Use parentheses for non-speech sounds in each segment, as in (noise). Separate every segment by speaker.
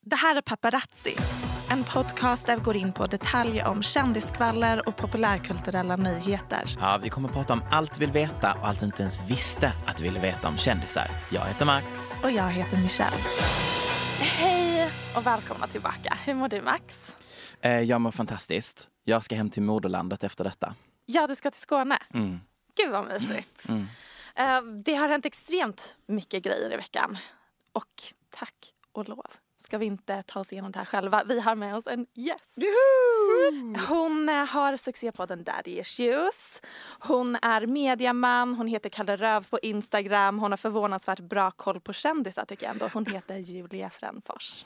Speaker 1: Det här är Paparazzi, en podcast där vi går in på detaljer om kändiskvaller och populärkulturella nyheter.
Speaker 2: Ja, vi kommer att prata om allt vi vill veta och allt du inte ens visste att du ville veta om kändisar. Jag heter Max.
Speaker 1: Och jag heter Michelle. Hej och välkomna tillbaka. Hur mår du Max?
Speaker 2: Eh, jag mår fantastiskt. Jag ska hem till moderlandet efter detta.
Speaker 1: Ja, du ska till Skåne.
Speaker 2: Mm.
Speaker 1: Gud vad mysigt.
Speaker 3: Mm.
Speaker 1: Eh, Det har hänt extremt mycket grejer i veckan. Och tack och lov ska vi inte ta oss igenom det här själva. Vi har med oss en gäst. Hon eh, har succépodden Daddy Issues. Hon är mediaman, hon heter Kalle Röv på Instagram. Hon har förvånansvärt bra koll på kändisar tycker jag ändå. Hon heter Julia Fränfors.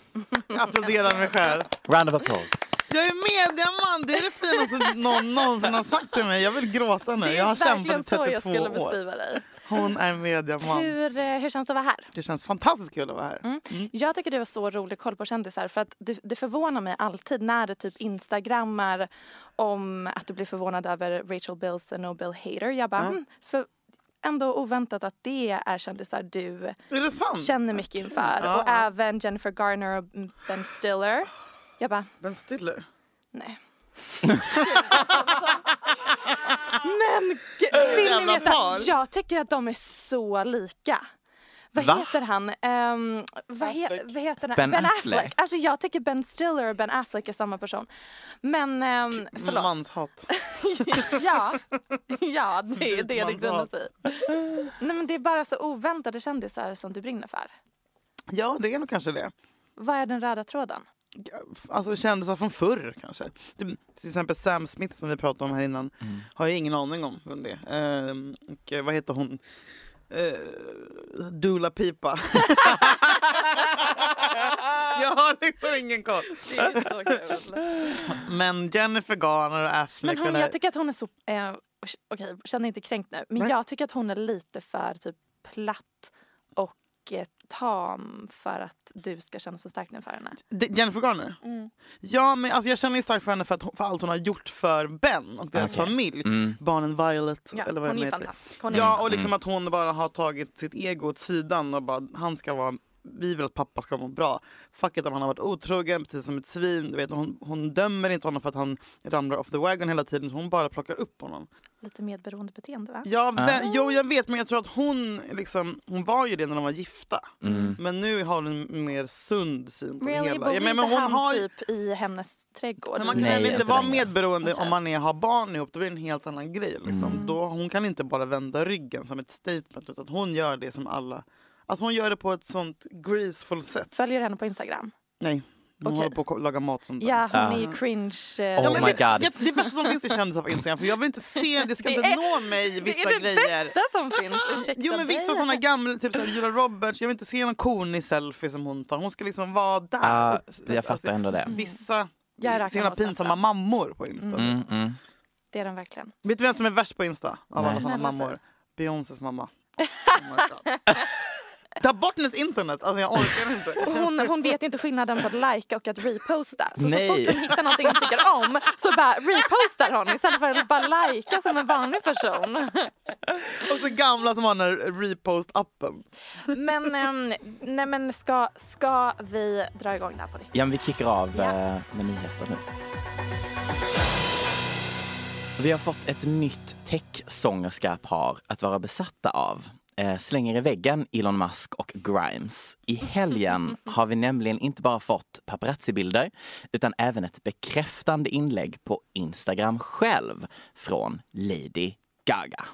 Speaker 3: applåderar mig själv.
Speaker 2: Round of applause.
Speaker 3: Jag är mediaman, det är det finaste någon någonsin har sagt till mig. Jag vill gråta nu.
Speaker 1: Det är
Speaker 3: Jag har kämpat
Speaker 1: verkligen
Speaker 3: i
Speaker 1: så
Speaker 3: 32
Speaker 1: jag skulle
Speaker 3: år.
Speaker 1: beskriva dig.
Speaker 3: Hon är mediaman.
Speaker 1: Hur, Mm. eh, hur känns det att vara här?
Speaker 3: Det känns fantastiskt kul att vara här.
Speaker 1: Jag tycker du har så rolig koll på kändisar för att det, det förvånar mig alltid när du typ instagrammar om att du blir förvånad över Rachel Bilson och Bill Hader. Jag bara, mm. för ändå oväntat att det är kändisar du
Speaker 3: Är det sant?
Speaker 1: känner mycket inför.
Speaker 3: Ja,
Speaker 1: Och
Speaker 3: ja.
Speaker 1: även Jennifer Garner och Ben Stiller. Jag bara,
Speaker 3: Ben Stiller.
Speaker 1: nej. Men gud, vill ni
Speaker 3: Jävla
Speaker 1: veta?
Speaker 3: par.
Speaker 1: Jag tycker att de är så lika. Vad
Speaker 2: Va?
Speaker 1: heter han? Ehm, vad, he- vad heter han?
Speaker 2: Ben
Speaker 1: ben Affleck.
Speaker 2: Affleck.
Speaker 1: Alltså jag tycker Ben Stiller och Ben Affleck är samma person. Men ehm, förlåt.
Speaker 3: Manshat.
Speaker 1: (laughs) ja, ja, det är det det
Speaker 3: Manshat.
Speaker 1: grundar sig i. Nej men det är bara så oväntade kändisar som du brinner för.
Speaker 3: Ja, det är nog kanske det.
Speaker 1: Vad är den röda tråden?
Speaker 3: Alltså kändisar från förr kanske. Typ, Till exempel Sam Smith som vi pratade om här innan. Har jag ingen aning om vem det är. Ehm, och, eh, vad heter hon? Uh, Dula Pipa.
Speaker 1: (laughs)
Speaker 3: (laughs) jag har liksom ingen koll.
Speaker 1: Det är så kul.
Speaker 3: Men Jennifer Garner och Affleck
Speaker 1: Men hon,
Speaker 3: och det här-
Speaker 1: jag tycker att hon är så... Eh, Okej, känn dig inte kränkt nu. Men
Speaker 3: Nej.
Speaker 1: jag tycker att hon är lite för typ platt och eh, tam för att du ska känna så starkt inför henne.
Speaker 3: Det- Jennifer Garner?
Speaker 1: Mm.
Speaker 3: Ja, men alltså jag känner ju starkt för henne för, att, hon- för allt hon har gjort för Ben och deras familj.
Speaker 2: Mm.
Speaker 3: Barnen Violet
Speaker 1: Ja,
Speaker 3: eller vad
Speaker 1: hon
Speaker 3: de
Speaker 1: är ju
Speaker 3: heter.
Speaker 1: fantastisk. Hon är
Speaker 3: Ja, och liksom att hon bara har tagit sitt ego åt sidan och bara han ska vara vi vill att pappa ska må bra. Fuck it om han har varit otrogen, precis som ett svin. Du vet, hon, hon dömer inte honom för att han ramlar off the wagon hela tiden. Hon bara plockar upp honom.
Speaker 1: lite medberoende beteende va?
Speaker 3: Ja,
Speaker 2: Ah.
Speaker 3: vem, Jo, jag vet, men jag tror att hon, liksom, hon var ju det när de var gifta.
Speaker 2: Mm.
Speaker 3: Men nu har hon en mer sund syn på
Speaker 1: Really?
Speaker 3: det hela.
Speaker 1: Bor
Speaker 3: Ja,
Speaker 1: inte
Speaker 3: men, men hon
Speaker 1: han
Speaker 3: har, ju-
Speaker 1: typ i hennes trädgård?
Speaker 3: men man kan
Speaker 2: Nej,
Speaker 3: väl inte
Speaker 2: inte
Speaker 3: vara
Speaker 2: längre.
Speaker 3: medberoende om man är, har barn ihop. Då blir det en helt annan grej.
Speaker 1: Mm.
Speaker 3: Liksom. Då, hon kan inte bara vända ryggen som ett statement. Utan hon gör det som alla... Alltså hon gör det på ett sånt graceful sätt.
Speaker 1: Följer du henne på Instagram?
Speaker 3: Nej, hon
Speaker 1: Okej.
Speaker 3: håller på att laga mat som
Speaker 1: Ja, hon
Speaker 2: Ja.
Speaker 1: är ju cringe. eh,
Speaker 2: Oh
Speaker 3: Ja, men
Speaker 2: my
Speaker 3: det,
Speaker 2: God.
Speaker 3: det, det värsta som finns är kändisar på Instagram. För jag vill inte se, det
Speaker 1: (laughs)
Speaker 3: ska
Speaker 1: Det
Speaker 3: inte
Speaker 1: är-
Speaker 3: nå mig vissa
Speaker 1: det är det
Speaker 3: grejer.
Speaker 1: bästa som finns. Ursäkta
Speaker 3: Jo men vissa
Speaker 1: dig.
Speaker 3: såna gamla, typ såhär, Julia Roberts, jag vill inte se någon konig selfie som hon tar. Hon ska liksom vara där.
Speaker 2: Ja,
Speaker 3: Och-
Speaker 2: Ah,
Speaker 3: alltså,
Speaker 2: jag fattar ändå det.
Speaker 3: Vissa
Speaker 1: Mm. Jag rackar
Speaker 3: så himla
Speaker 1: mot
Speaker 3: pinsamma
Speaker 1: detta.
Speaker 3: mammor på Insta.
Speaker 2: Mm, mm.
Speaker 1: Det är den verkligen.
Speaker 3: Vet du vem
Speaker 1: alltså-
Speaker 3: som är värst på Insta av alla såna
Speaker 1: Snälla,
Speaker 3: mammor?
Speaker 1: säg. (laughs)
Speaker 3: Beyoncés mamma. Oh my God. Ta bort hennes internet! Alltså jag orkar inte.
Speaker 1: Och hon, hon vet inte skillnaden på att like och att reposta. Så, så
Speaker 2: Nej.
Speaker 1: fort hon hittar någonting hon tycker om så bara repostar hon istället för att bara likea som en vanlig person.
Speaker 3: Och så gamla som har den här repost-appen.
Speaker 1: Men, ehm, nej, men ska, ska vi dra igång det här på riktigt?
Speaker 2: Ja, men vi kickar av eh, med nyheter nu. Vi har fått ett nytt tech-sångerska-par att vara besatta av. Eh, slänger i väggen Elon Musk och Grimes. I helgen har vi nämligen inte bara fått paparazzi-bilder utan även ett bekräftande inlägg på Instagram själv från Lady Gaga.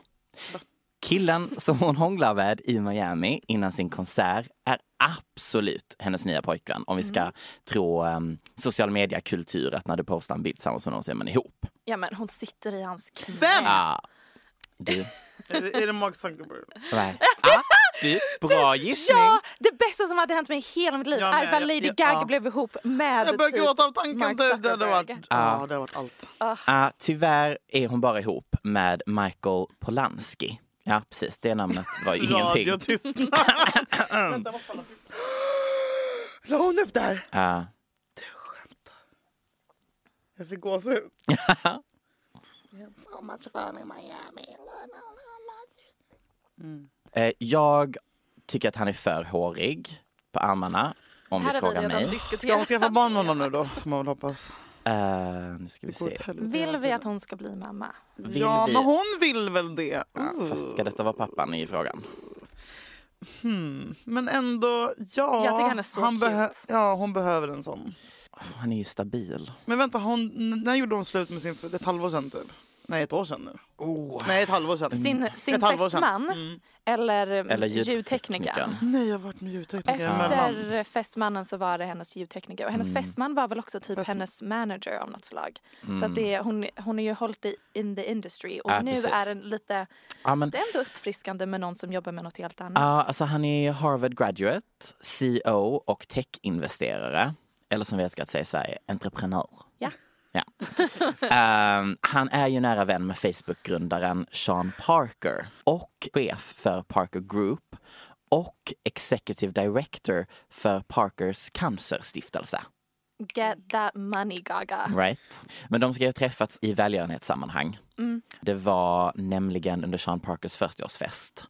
Speaker 2: Killen som hon hånglar med i Miami innan sin konsert är absolut hennes nya pojkvän om vi ska
Speaker 1: Mm.
Speaker 2: tro um, social media-kultur att när du postar en bild tillsammans med någon så är man ihop.
Speaker 1: Ja men hon sitter i hans knä.
Speaker 3: Vem?
Speaker 2: Ah,
Speaker 1: (laughs)
Speaker 2: du.
Speaker 3: Är det, är det Mark Zuckerberg?
Speaker 2: Nej. Ah, du. Bra gissning.
Speaker 1: Ja, det bästa som hade hänt mig i hela mitt liv
Speaker 3: Jag
Speaker 1: är
Speaker 3: med,
Speaker 1: vad
Speaker 3: jag-
Speaker 1: Lady
Speaker 3: jag-
Speaker 1: Gaga
Speaker 3: ja.
Speaker 1: blev ihop med
Speaker 3: Jag börjar
Speaker 1: typ
Speaker 3: gråta av tanken.
Speaker 1: Mark
Speaker 3: Det, det, hade varit,
Speaker 1: Zuckerberg.
Speaker 3: ja, det har varit allt.
Speaker 2: Ah, tyvärr är hon bara ihop med Michael Polanski. Ja, precis. Det namnet
Speaker 1: (laughs)
Speaker 2: var ju
Speaker 3: (laughs)
Speaker 2: ingenting.
Speaker 3: Radiotystnad. Vänta, vad fan har vi- La hon upp där?
Speaker 2: Ah,
Speaker 3: Jag fick gåshud.
Speaker 2: eh, jag tycker att han är för hårig på armarna, om
Speaker 1: Här har
Speaker 2: du
Speaker 1: vi redan
Speaker 2: frågar mig.
Speaker 3: Ska hon
Speaker 1: diskuterat.
Speaker 3: skaffa barn med honom nu då? Får man väl hoppas.
Speaker 2: Eh, nu ska vi se.
Speaker 1: Typ. Vill vi att hon ska bli mamma?
Speaker 2: Vill
Speaker 3: Ja,
Speaker 2: vi...
Speaker 3: men hon vill väl det. Mm.
Speaker 2: Ja, Fast ska detta vara pappan i frågan?
Speaker 3: Men ändå, ja.
Speaker 1: Jag tycker han är så cute.
Speaker 3: Ja, hon behöver en sån.
Speaker 2: Han är ju stabil.
Speaker 3: Men vänta, hon, när gjorde hon slut med sin fru? Ett halvår sedan typ? Nej, ett år sedan nu. Nej, ett halvår sedan.
Speaker 1: Sin, sin
Speaker 3: Mm. ett halvår sedan. Mm.
Speaker 1: fästman eller,
Speaker 2: Eller
Speaker 1: eller ljudteknikern?
Speaker 2: ljudteknikern.
Speaker 3: Nej, jag har varit med ljudtekniker. Men-
Speaker 1: Efter fästmannen så var det hennes ljudtekniker och
Speaker 2: Mm.
Speaker 1: hennes fästman var väl också typ hennes manager av något slag. Så att det, är- hon, hon har ju hållit i in the industry och
Speaker 2: Mm. Ja,
Speaker 1: nu
Speaker 2: precis.
Speaker 1: är den lite,
Speaker 2: Ja, men,
Speaker 1: det är ändå uppfriskande med någon som jobbar med något helt annat.
Speaker 2: ja, alltså, han är Harvard graduate, CEO och tech-investerare. Eller som vi älskar att säga i Sverige, entreprenör.
Speaker 1: Ja.
Speaker 2: Ja. (laughs) Ehm, han är ju nära vän med Facebook-grundaren Sean Parker och chef för Parker Group och executive director för Parkers cancerstiftelse.
Speaker 1: Get that money Gaga.
Speaker 2: Right. Men de ska ju ha träffats i välgörenhetssammanhang.
Speaker 3: Mm.
Speaker 2: Det var nämligen under Sean Parkers 40-årsfest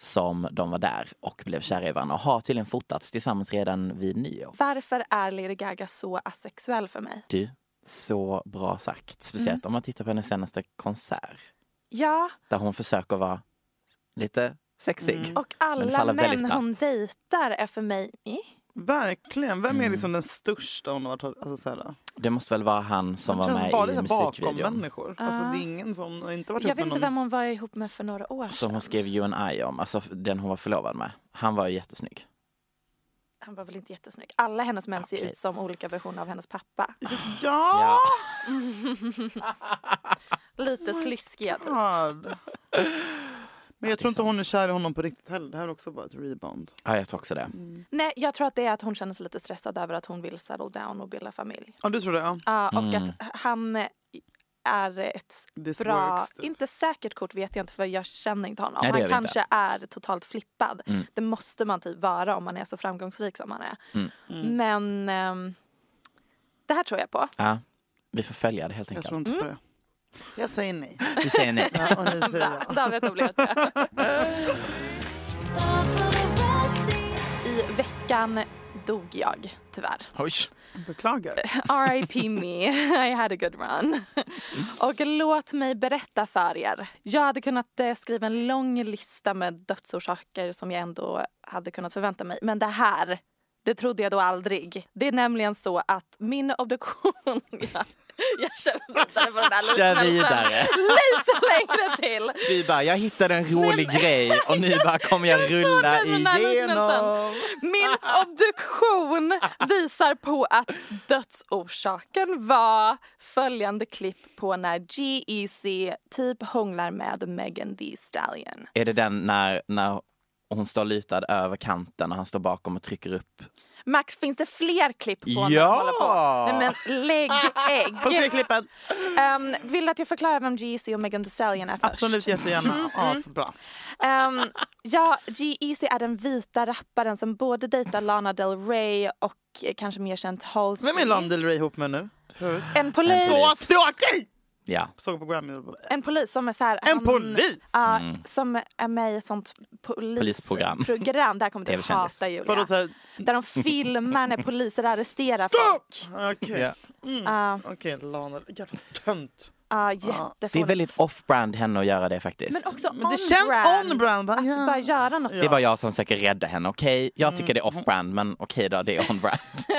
Speaker 2: som de var där och blev kära i varandra och har tydligen fotats tillsammans redan vid nyår.
Speaker 1: Varför är Lady Gaga så asexuell för mig?
Speaker 2: Du, så bra sagt.
Speaker 3: Mm.
Speaker 2: Speciellt om man tittar på hennes senaste konsert
Speaker 1: Ja,
Speaker 2: där hon försöker vara lite sexig.
Speaker 3: Mm.
Speaker 1: och
Speaker 2: Men det
Speaker 1: alla
Speaker 2: faller väldigt
Speaker 1: män hon dejtar är för mig... Eh?
Speaker 3: Verkligen. Vem
Speaker 2: Mm.
Speaker 3: är liksom den största hon har varit alltså, så här,
Speaker 2: Det måste väl vara han som
Speaker 3: Det
Speaker 2: var
Speaker 3: känns
Speaker 2: med
Speaker 3: bara
Speaker 2: i
Speaker 3: lite bakom
Speaker 2: musikvideon.
Speaker 3: människor. Alltså, det är ingen som har inte varit
Speaker 1: Ah. Jag
Speaker 3: ihop
Speaker 1: vet
Speaker 3: med
Speaker 1: inte
Speaker 3: någon.
Speaker 1: vem hon var ihop med för några år
Speaker 2: Som hon
Speaker 1: sedan.
Speaker 2: skrev You and I om, alltså den hon var förlovad med. Han var ju jättesnygg.
Speaker 1: Han var väl inte jättesnygg. Alla hennes män ser
Speaker 2: Okej.
Speaker 1: ut som olika versioner av hennes pappa.
Speaker 3: Ja!
Speaker 1: Lite sliskiga typ.
Speaker 3: God. Men jag tror inte hon är kär i honom på riktigt heller. Det här är också bara ett rebound.
Speaker 2: Ja, jag tror också det.
Speaker 3: Mm.
Speaker 1: Nej, jag tror att det är att hon känner sig lite stressad över att hon vill settle down och bilda familj. Mm.
Speaker 3: Ja, du tror det? Ja.
Speaker 1: Ja, Ah, och att han är ett
Speaker 3: This
Speaker 1: bra,
Speaker 3: works, typ.
Speaker 1: inte säkert kort vet jag inte för jag känner inte Mm. honom.
Speaker 2: Nej, det gör
Speaker 1: han
Speaker 2: vi inte.
Speaker 1: kanske är totalt flippad. Det måste man typ vara om man är så framgångsrik som han är. Men ehm, det här tror jag på.
Speaker 2: Ja, vi får följa det helt
Speaker 3: Jag
Speaker 2: enkelt.
Speaker 3: tror inte på det.
Speaker 1: Mm.
Speaker 3: Jag
Speaker 1: (laughs)
Speaker 3: säger (laughs) nej.
Speaker 2: Du säger nej.
Speaker 3: Ja, och ni säger ja.
Speaker 1: David har blivit det. I veckan dog jag tyvärr.
Speaker 2: Oj.
Speaker 3: Beklagar.
Speaker 1: R.I.P. me, (laughs) I had a good run. Och låt mig berätta för er. Jag hade kunnat eh, skriva en lång lista med dödsorsaker som jag ändå hade kunnat förvänta mig. Men det här, det trodde jag då aldrig. Det är nämligen så att min obduktion... (laughs) jag, jag kör vidare på den här
Speaker 2: Kör
Speaker 1: liknelsen.
Speaker 2: vidare.
Speaker 1: Lite längre till.
Speaker 2: Du bara, jag hittade en rolig grej
Speaker 1: (laughs)
Speaker 2: och nu bara kommer jag rulla
Speaker 1: såg den här
Speaker 2: igenom.
Speaker 1: Min obduktion visar på att dödsorsaken var följande klipp på när E GEC typ hånglar med Megan Thee Stallion.
Speaker 2: Är det den när, när och hon står lutad över kanten och han står bakom och trycker upp.
Speaker 1: Max, finns det fler klipp på när
Speaker 2: Ja!
Speaker 1: han håller på? Nej men lägg ägg!
Speaker 3: Får se klippen?
Speaker 1: Ehm, vill du att jag förklarar vem GEC och Megan Thee Stallion är först?
Speaker 3: Absolut
Speaker 1: Mm.
Speaker 3: jättegärna. Asbra.
Speaker 1: Ehm, ja, GEC är den vita rapparen som både dejtar Lana Del Rey och eh, kanske mer känt Halsey.
Speaker 3: Vem är Lana Del Rey ihop med nu? Förut.
Speaker 1: En polis.
Speaker 3: Så tråkig!
Speaker 2: Ja.
Speaker 3: Såg på Grammy.
Speaker 1: En polis som är så här...
Speaker 3: En polis?
Speaker 1: Ja, som är med i ett sånt polis-
Speaker 2: Mm. Polisprogram.
Speaker 1: Program. Det här kommer du
Speaker 2: (laughs) TV-kändis.
Speaker 1: hata Julia.
Speaker 3: Vadå såhär...
Speaker 1: Där de filmar när poliser arresterar folk.
Speaker 3: Okej,
Speaker 2: Ja.
Speaker 3: Mm.
Speaker 1: Ja,
Speaker 3: okej Lana. Jävla tönt.
Speaker 1: ja,
Speaker 2: Det är
Speaker 1: jättefånigt.
Speaker 2: väldigt off-brand henne att göra det faktiskt.
Speaker 1: Men också
Speaker 3: Men det känns
Speaker 1: on-brand.
Speaker 3: on-brand. Bara,
Speaker 1: Att
Speaker 3: ja.
Speaker 1: bara göra något.
Speaker 2: Det är bara jag som försöker rädda henne, okej? Jag tycker det är
Speaker 1: Mm.
Speaker 2: off-brand, men okej då, det är on-brand.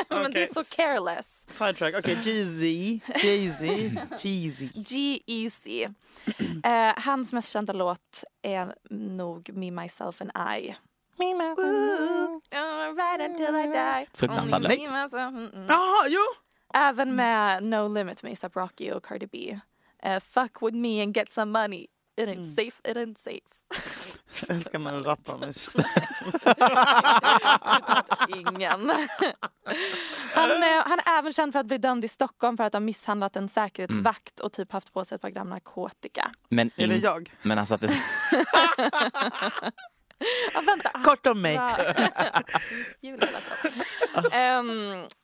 Speaker 1: (laughs) Men det är så careless.
Speaker 3: Sidetrack. Okej, Jeezy. (laughs) Jeezy. Jeezy.
Speaker 1: G-Eazy. E
Speaker 2: (clears throat)
Speaker 1: Eh, hans mest kända låt är nog Me, Myself and I. Woo, I'm right until I die.
Speaker 2: Fruktansvärd
Speaker 1: Me,
Speaker 2: låt.
Speaker 1: myself, mm, mm.
Speaker 3: Jaha, jo!
Speaker 1: Även med No Limit med ASAP Rocky och Cardi B. Eh, fuck with me and get some money. It ain't safe, it ain't safe. (laughs)
Speaker 3: Jag älskar när du rappar. men-
Speaker 1: Ingen. Han, eh, han är även känd för att bli dömd i Stockholm för att ha misshandlat en säkerhetsvakt och typ haft på sig ett par gram narkotika.
Speaker 2: Men,
Speaker 3: Eller
Speaker 2: in,
Speaker 3: jag.
Speaker 2: men alltså att det,
Speaker 1: Ja, vänta. han
Speaker 3: (laughs) Kort om mig.
Speaker 1: var- Julia läste upp. Ehm,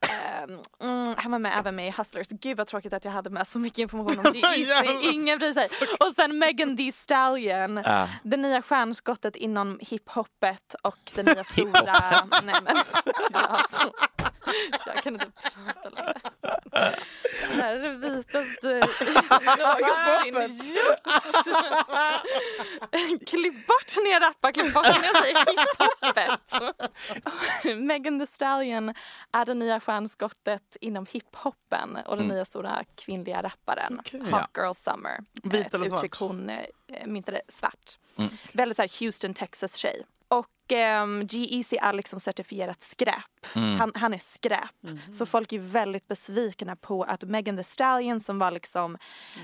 Speaker 1: ehm, mm, Han var med även med i Hustlers. Gud vad tråkigt att jag hade med så mycket information om
Speaker 3: Jävlar.
Speaker 1: G-Eazy. Ingen bryr sig. Och sen Megan Thee Stallion.
Speaker 2: Ja.
Speaker 1: Det nya stjärnskottet inom hiphopet och det nya stora... Nej men (laughs) alltså. Jag kan inte prata längre. Det här är det vitaste någonsin gjort. (laughs) Klipp bort när jag rappar, klipp bort när jag säger hiphopet. (laughs) Megan Thee Stallion är det nya stjärnskottet inom hiphopen och den nya stora kvinnliga rapparen. Hot Girl Summer.
Speaker 3: Vit
Speaker 1: Ett
Speaker 3: eller svart? Mm.
Speaker 1: uttryck hon eh, myntade svart. Väldigt så här Houston, Texas-tjej. Och ehm, GEC är liksom certifierat skräp.
Speaker 3: Mm.
Speaker 1: Han, han är skräp. Så folk är väldigt besvikna på att Megan Thee Stallion som var liksom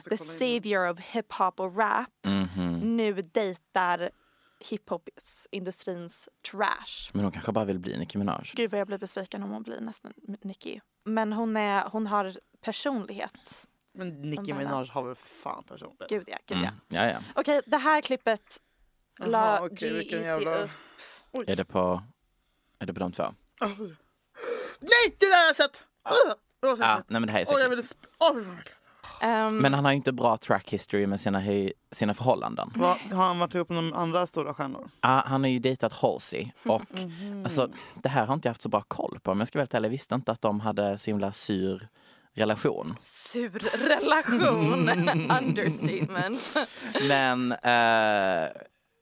Speaker 1: the savior of hiphop och rap
Speaker 3: Mhm.
Speaker 1: nu dejtar hiphopindustrins trash.
Speaker 2: men hon kanske bara vill bli Nicki Minaj.
Speaker 1: Gud vad jag blir besviken om hon blir nästan Nicki. Men hon, är, hon har personlighet.
Speaker 3: Men Nicki Minaj har väl fan personligt.
Speaker 1: Gud ja, gud ja.
Speaker 2: Ja, ja.
Speaker 1: Okej, det här klippet la
Speaker 3: Jaha, okej, vilken
Speaker 1: GEC
Speaker 3: jävla-
Speaker 1: upp.
Speaker 2: Är det på, är det på de två?
Speaker 3: Nej, det där har jag sett! Ugh, Ah, det var så
Speaker 2: Ja,
Speaker 3: äckligt.
Speaker 2: nej men det här är så
Speaker 3: Åh, jag
Speaker 2: kul.
Speaker 3: ville... sp- Åh, fy fan vad äckligt.
Speaker 1: Ehm,
Speaker 2: (laughs) Men han har ju inte bra track history med sina, höj, sina förhållanden.
Speaker 3: Vad- Har han varit ihop med några andra stora stjärnor?
Speaker 2: Ah, han har ju dejtat Halsey och
Speaker 3: (laughs) Mhm.
Speaker 2: alltså, det här har inte jag haft så bra koll på. Men jag ska vara helt ärlig, jag visste inte att de hade så himla sur relation.
Speaker 1: sur relation. Understatement.
Speaker 2: Men eh,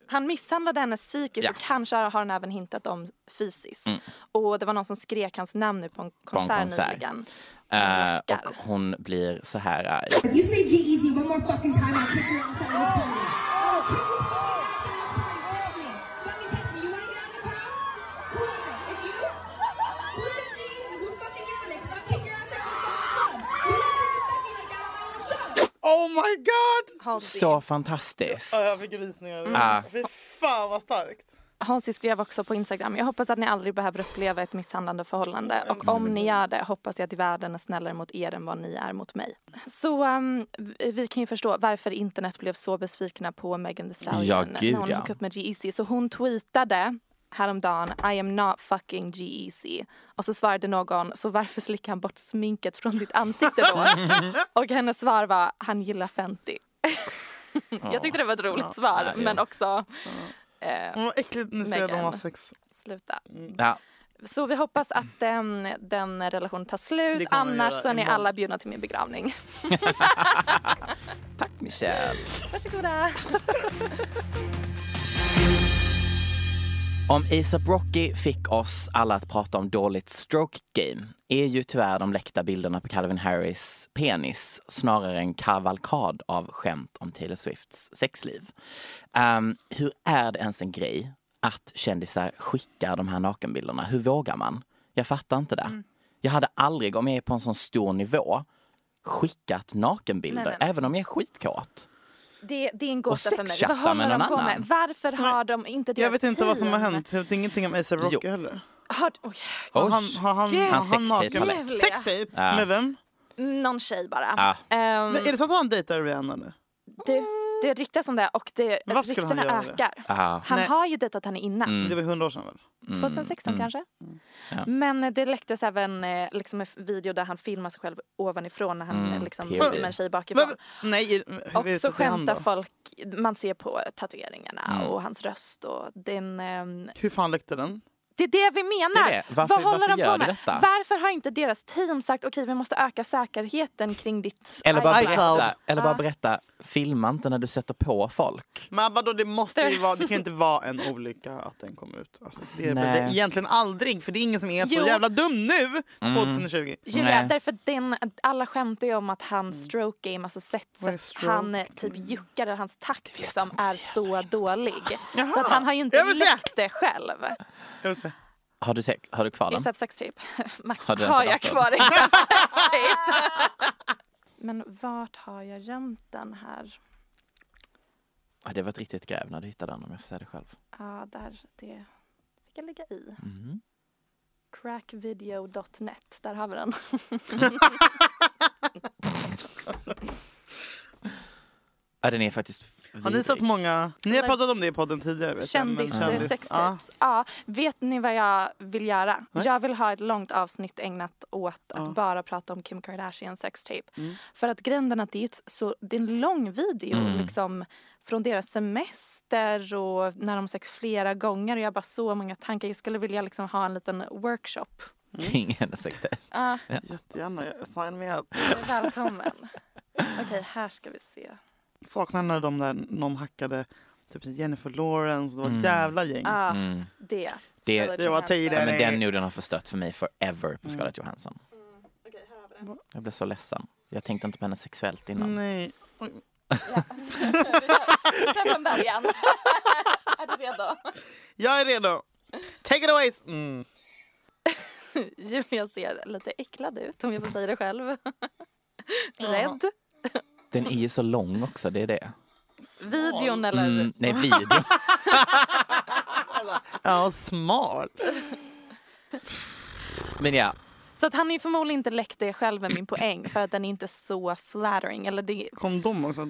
Speaker 1: Han misshandlade henne psykiskt
Speaker 2: Ja.
Speaker 1: och kanske har han även hintat om fysiskt. Och det var någon som skrek hans namn nu på en
Speaker 2: en
Speaker 1: konsert,
Speaker 2: konsert.
Speaker 1: nyligen.
Speaker 2: eh, och
Speaker 1: Rockar.
Speaker 2: hon blir så här eh, arg.
Speaker 4: You say G Easy one more fucking time, I'll kick you outside of this corner. Oh, kick you outside of this corner. Fucking test me. You wanna get out of the car? Who is it? It's you? Who said G Easy? Who's fucking yelling it? 'Cause I'll kick your ass out of this fucking club. You don't disrespect me like that on my own show.
Speaker 3: Oh my god!
Speaker 1: Halsey.
Speaker 2: Så fantastiskt.
Speaker 3: Ja, jag fick rysningar.
Speaker 2: Ah.
Speaker 3: Fy fan vad starkt.
Speaker 1: Hansi skrev också på Instagram. Jag hoppas att ni aldrig behöver uppleva ett misshandlande förhållande. Och om ni gör det hoppas jag att världen är snällare mot er än vad ni är mot mig. Så ehm, vi- vi kan ju förstå varför internet blev så besvikna på Megan Thee Stallion
Speaker 2: Ja, gud,
Speaker 1: när hon
Speaker 2: ja.
Speaker 1: gick upp med G-Eazy. Så hon tweetade häromdagen I am not fucking G-Eazy. Och så svarade någon så varför slickar han bort sminket från ditt ansikte
Speaker 2: (laughs)
Speaker 1: då? och hennes svar var han gillar Fenty. jag tyckte det var ett roligt svar men också eh,
Speaker 3: Åh, vad äckligt. Nu ser jag dem
Speaker 1: Megan.
Speaker 3: ha sex.
Speaker 1: sluta.
Speaker 3: Mm.
Speaker 2: Ja,
Speaker 1: Så vi hoppas att den, den relationen tar slut.
Speaker 3: Det kommer den
Speaker 1: Annars
Speaker 3: göra
Speaker 1: så är ni
Speaker 3: imorgon.
Speaker 1: alla bjudna till min begravning. (laughs)
Speaker 2: tack Michelle.
Speaker 1: Varsågoda.
Speaker 2: Om ASAP Rocky fick oss alla att prata om dåligt stroke game är ju tyvärr de läckta bilderna på Calvin Harris penis snarare en kavalkad av skämt om Taylor Swifts sexliv. Ehm, hur är det ens en grej att kändisar skickar de här nakenbilderna? Hur vågar man? Jag fattar inte det. Jag hade aldrig, om jag är på en sån stor nivå, skickat nakenbilder,
Speaker 1: Nej, nej, nej.
Speaker 2: även om jag är skitkåt.
Speaker 1: Det, det är en gåta för mig.
Speaker 2: sexchatta
Speaker 1: Vad håller
Speaker 2: med
Speaker 1: de
Speaker 2: någon
Speaker 1: på med?
Speaker 2: annan.
Speaker 1: Varför har de inte deras
Speaker 3: Jag vet inte vad som har
Speaker 1: team?
Speaker 3: hänt. Jag vet ingenting om ASAP Rocky
Speaker 2: Jo.
Speaker 3: heller.
Speaker 1: Har, oj,
Speaker 3: Har han, har han,
Speaker 1: Gud.
Speaker 3: har
Speaker 1: Hans
Speaker 3: han
Speaker 2: sextape har
Speaker 3: naken?
Speaker 1: läckt.
Speaker 3: Sextape?
Speaker 2: Ja.
Speaker 3: Med vem?
Speaker 1: någon tjej bara.
Speaker 2: Ah.
Speaker 1: Ehm,
Speaker 3: Men är det sant att han dejtar Rihanna nu?
Speaker 1: Mm. det, det ryktas om det och det,
Speaker 3: Men varför skulle han
Speaker 1: ryktena
Speaker 3: göra det?
Speaker 1: ökar.
Speaker 2: Ah.
Speaker 1: Han
Speaker 3: Nej. Mm,
Speaker 1: har ju dejtat henne innan.
Speaker 3: Det var ju hundra år sedan väl?
Speaker 1: 2016 kanske.
Speaker 3: Mm.
Speaker 1: Men eh, det läcktes även eh, liksom en f- video där han filmar sig själv ovanifrån när
Speaker 3: Mm,
Speaker 1: han eh, liksom
Speaker 2: POV.
Speaker 1: med en tjej bakifrån.
Speaker 3: Men, nej, i- hur
Speaker 1: Och
Speaker 3: vet du
Speaker 1: så
Speaker 3: att det är han
Speaker 1: skämtar
Speaker 3: då?
Speaker 1: folk, man ser på tatueringarna
Speaker 2: Mm.
Speaker 1: och hans röst och den... ehm,
Speaker 3: Hur fan läckte den?
Speaker 1: det är det vi menar!
Speaker 2: Det är det. Varför-
Speaker 1: Vad håller
Speaker 2: varför
Speaker 1: de
Speaker 2: gör
Speaker 1: på
Speaker 2: du
Speaker 1: med?
Speaker 2: detta?
Speaker 1: Varför har inte deras team sagt okej vi måste öka säkerheten kring ditt
Speaker 2: Eller bara,
Speaker 1: iPad?"
Speaker 2: berätta, eller bara berätta, filma inte när du sätter på folk.
Speaker 3: Men vadå, det måste ju vara, det kan ju inte vara en olycka att den kom ut. Alltså, det är
Speaker 2: Nej.
Speaker 3: väl det, egentligen aldrig, för det är ingen som är så
Speaker 1: Jo. Mm.
Speaker 3: jävla dum nu! 2020.
Speaker 1: Julia,
Speaker 2: Nej. Mm.
Speaker 1: därför den, alla skämtar ju om att hans stroke game, alltså sätt,
Speaker 3: Vad är
Speaker 1: sätt han eh,
Speaker 3: stroke
Speaker 1: typ juckar eller hans takt liksom är så dålig. Så
Speaker 3: Jaha.
Speaker 1: att han har ju inte
Speaker 3: Jag vill se.
Speaker 1: läckt det själv.
Speaker 3: Jag vill se.
Speaker 2: Har du, sett- har du kvar den?
Speaker 1: ASAP sextape. (laughs) Max, har,
Speaker 2: Har du den på
Speaker 1: jag
Speaker 2: datorn?
Speaker 1: kvar ASAP
Speaker 2: (laughs)
Speaker 1: sextape? (laughs) Men vart har jag gömt den här?
Speaker 2: Ah, Det var ett riktigt gräv när du hittade den om jag får säga det själv.
Speaker 1: Ja, där. Det fick jag lägga i.
Speaker 2: Mm.
Speaker 1: Crackvideo.net, där har vi den.
Speaker 2: Ja, den är faktiskt
Speaker 3: Har ni sett
Speaker 2: vidrig.
Speaker 3: många, ni har pratat om det i podden tidigare vet jag, men
Speaker 1: Kändis,
Speaker 3: kändis- ja.
Speaker 1: sextips. Ja. Vet ni vad jag vill göra? Jag vill ha ett långt avsnitt ägnat åt att bara prata om Kim Kardashians sextape.
Speaker 3: Mm.
Speaker 1: För att grejen är att det är, ett så, det är en lång video liksom, från deras semester och när de har sex flera gånger. Och jag har bara så många tankar. Jag skulle vilja liksom, ha en liten workshop.
Speaker 2: kring hennes sextape.
Speaker 3: Jättegärna, jag- sign me up.
Speaker 1: Välkommen. Okej, här ska vi se.
Speaker 3: Saknar när de där, någon hackade typ Jennifer Lawrence, det var ett jävla gäng.
Speaker 1: Mm. Ja, det.
Speaker 2: Mm. Det-
Speaker 1: Scarlett
Speaker 3: Det var
Speaker 1: Johansson.
Speaker 3: tidigare.
Speaker 2: Ja, men den noden har förstört för mig forever på Scarlett Johansson.
Speaker 1: Mm. Okej, här har vi den. Mm.
Speaker 2: Jag blev så ledsen. Jag tänkte inte på henne sexuellt innan.
Speaker 3: Nej.
Speaker 1: Vi kör från början. (laughs) är du redo?
Speaker 3: Jag är redo! Take it away! Mm.
Speaker 1: Julia ser lite äcklad ut om jag får säga det själv. Rädd.
Speaker 2: Den är ju så lång också, det är det.
Speaker 1: Videon eller?
Speaker 2: Mm,
Speaker 1: (laughs)
Speaker 2: nej, video.
Speaker 3: Ja, och smal.
Speaker 2: Men ja,
Speaker 1: Så att han har ju förmodligen inte läckt det själv med min poäng för att den är inte så flattering. Eller det,
Speaker 3: Kondom också.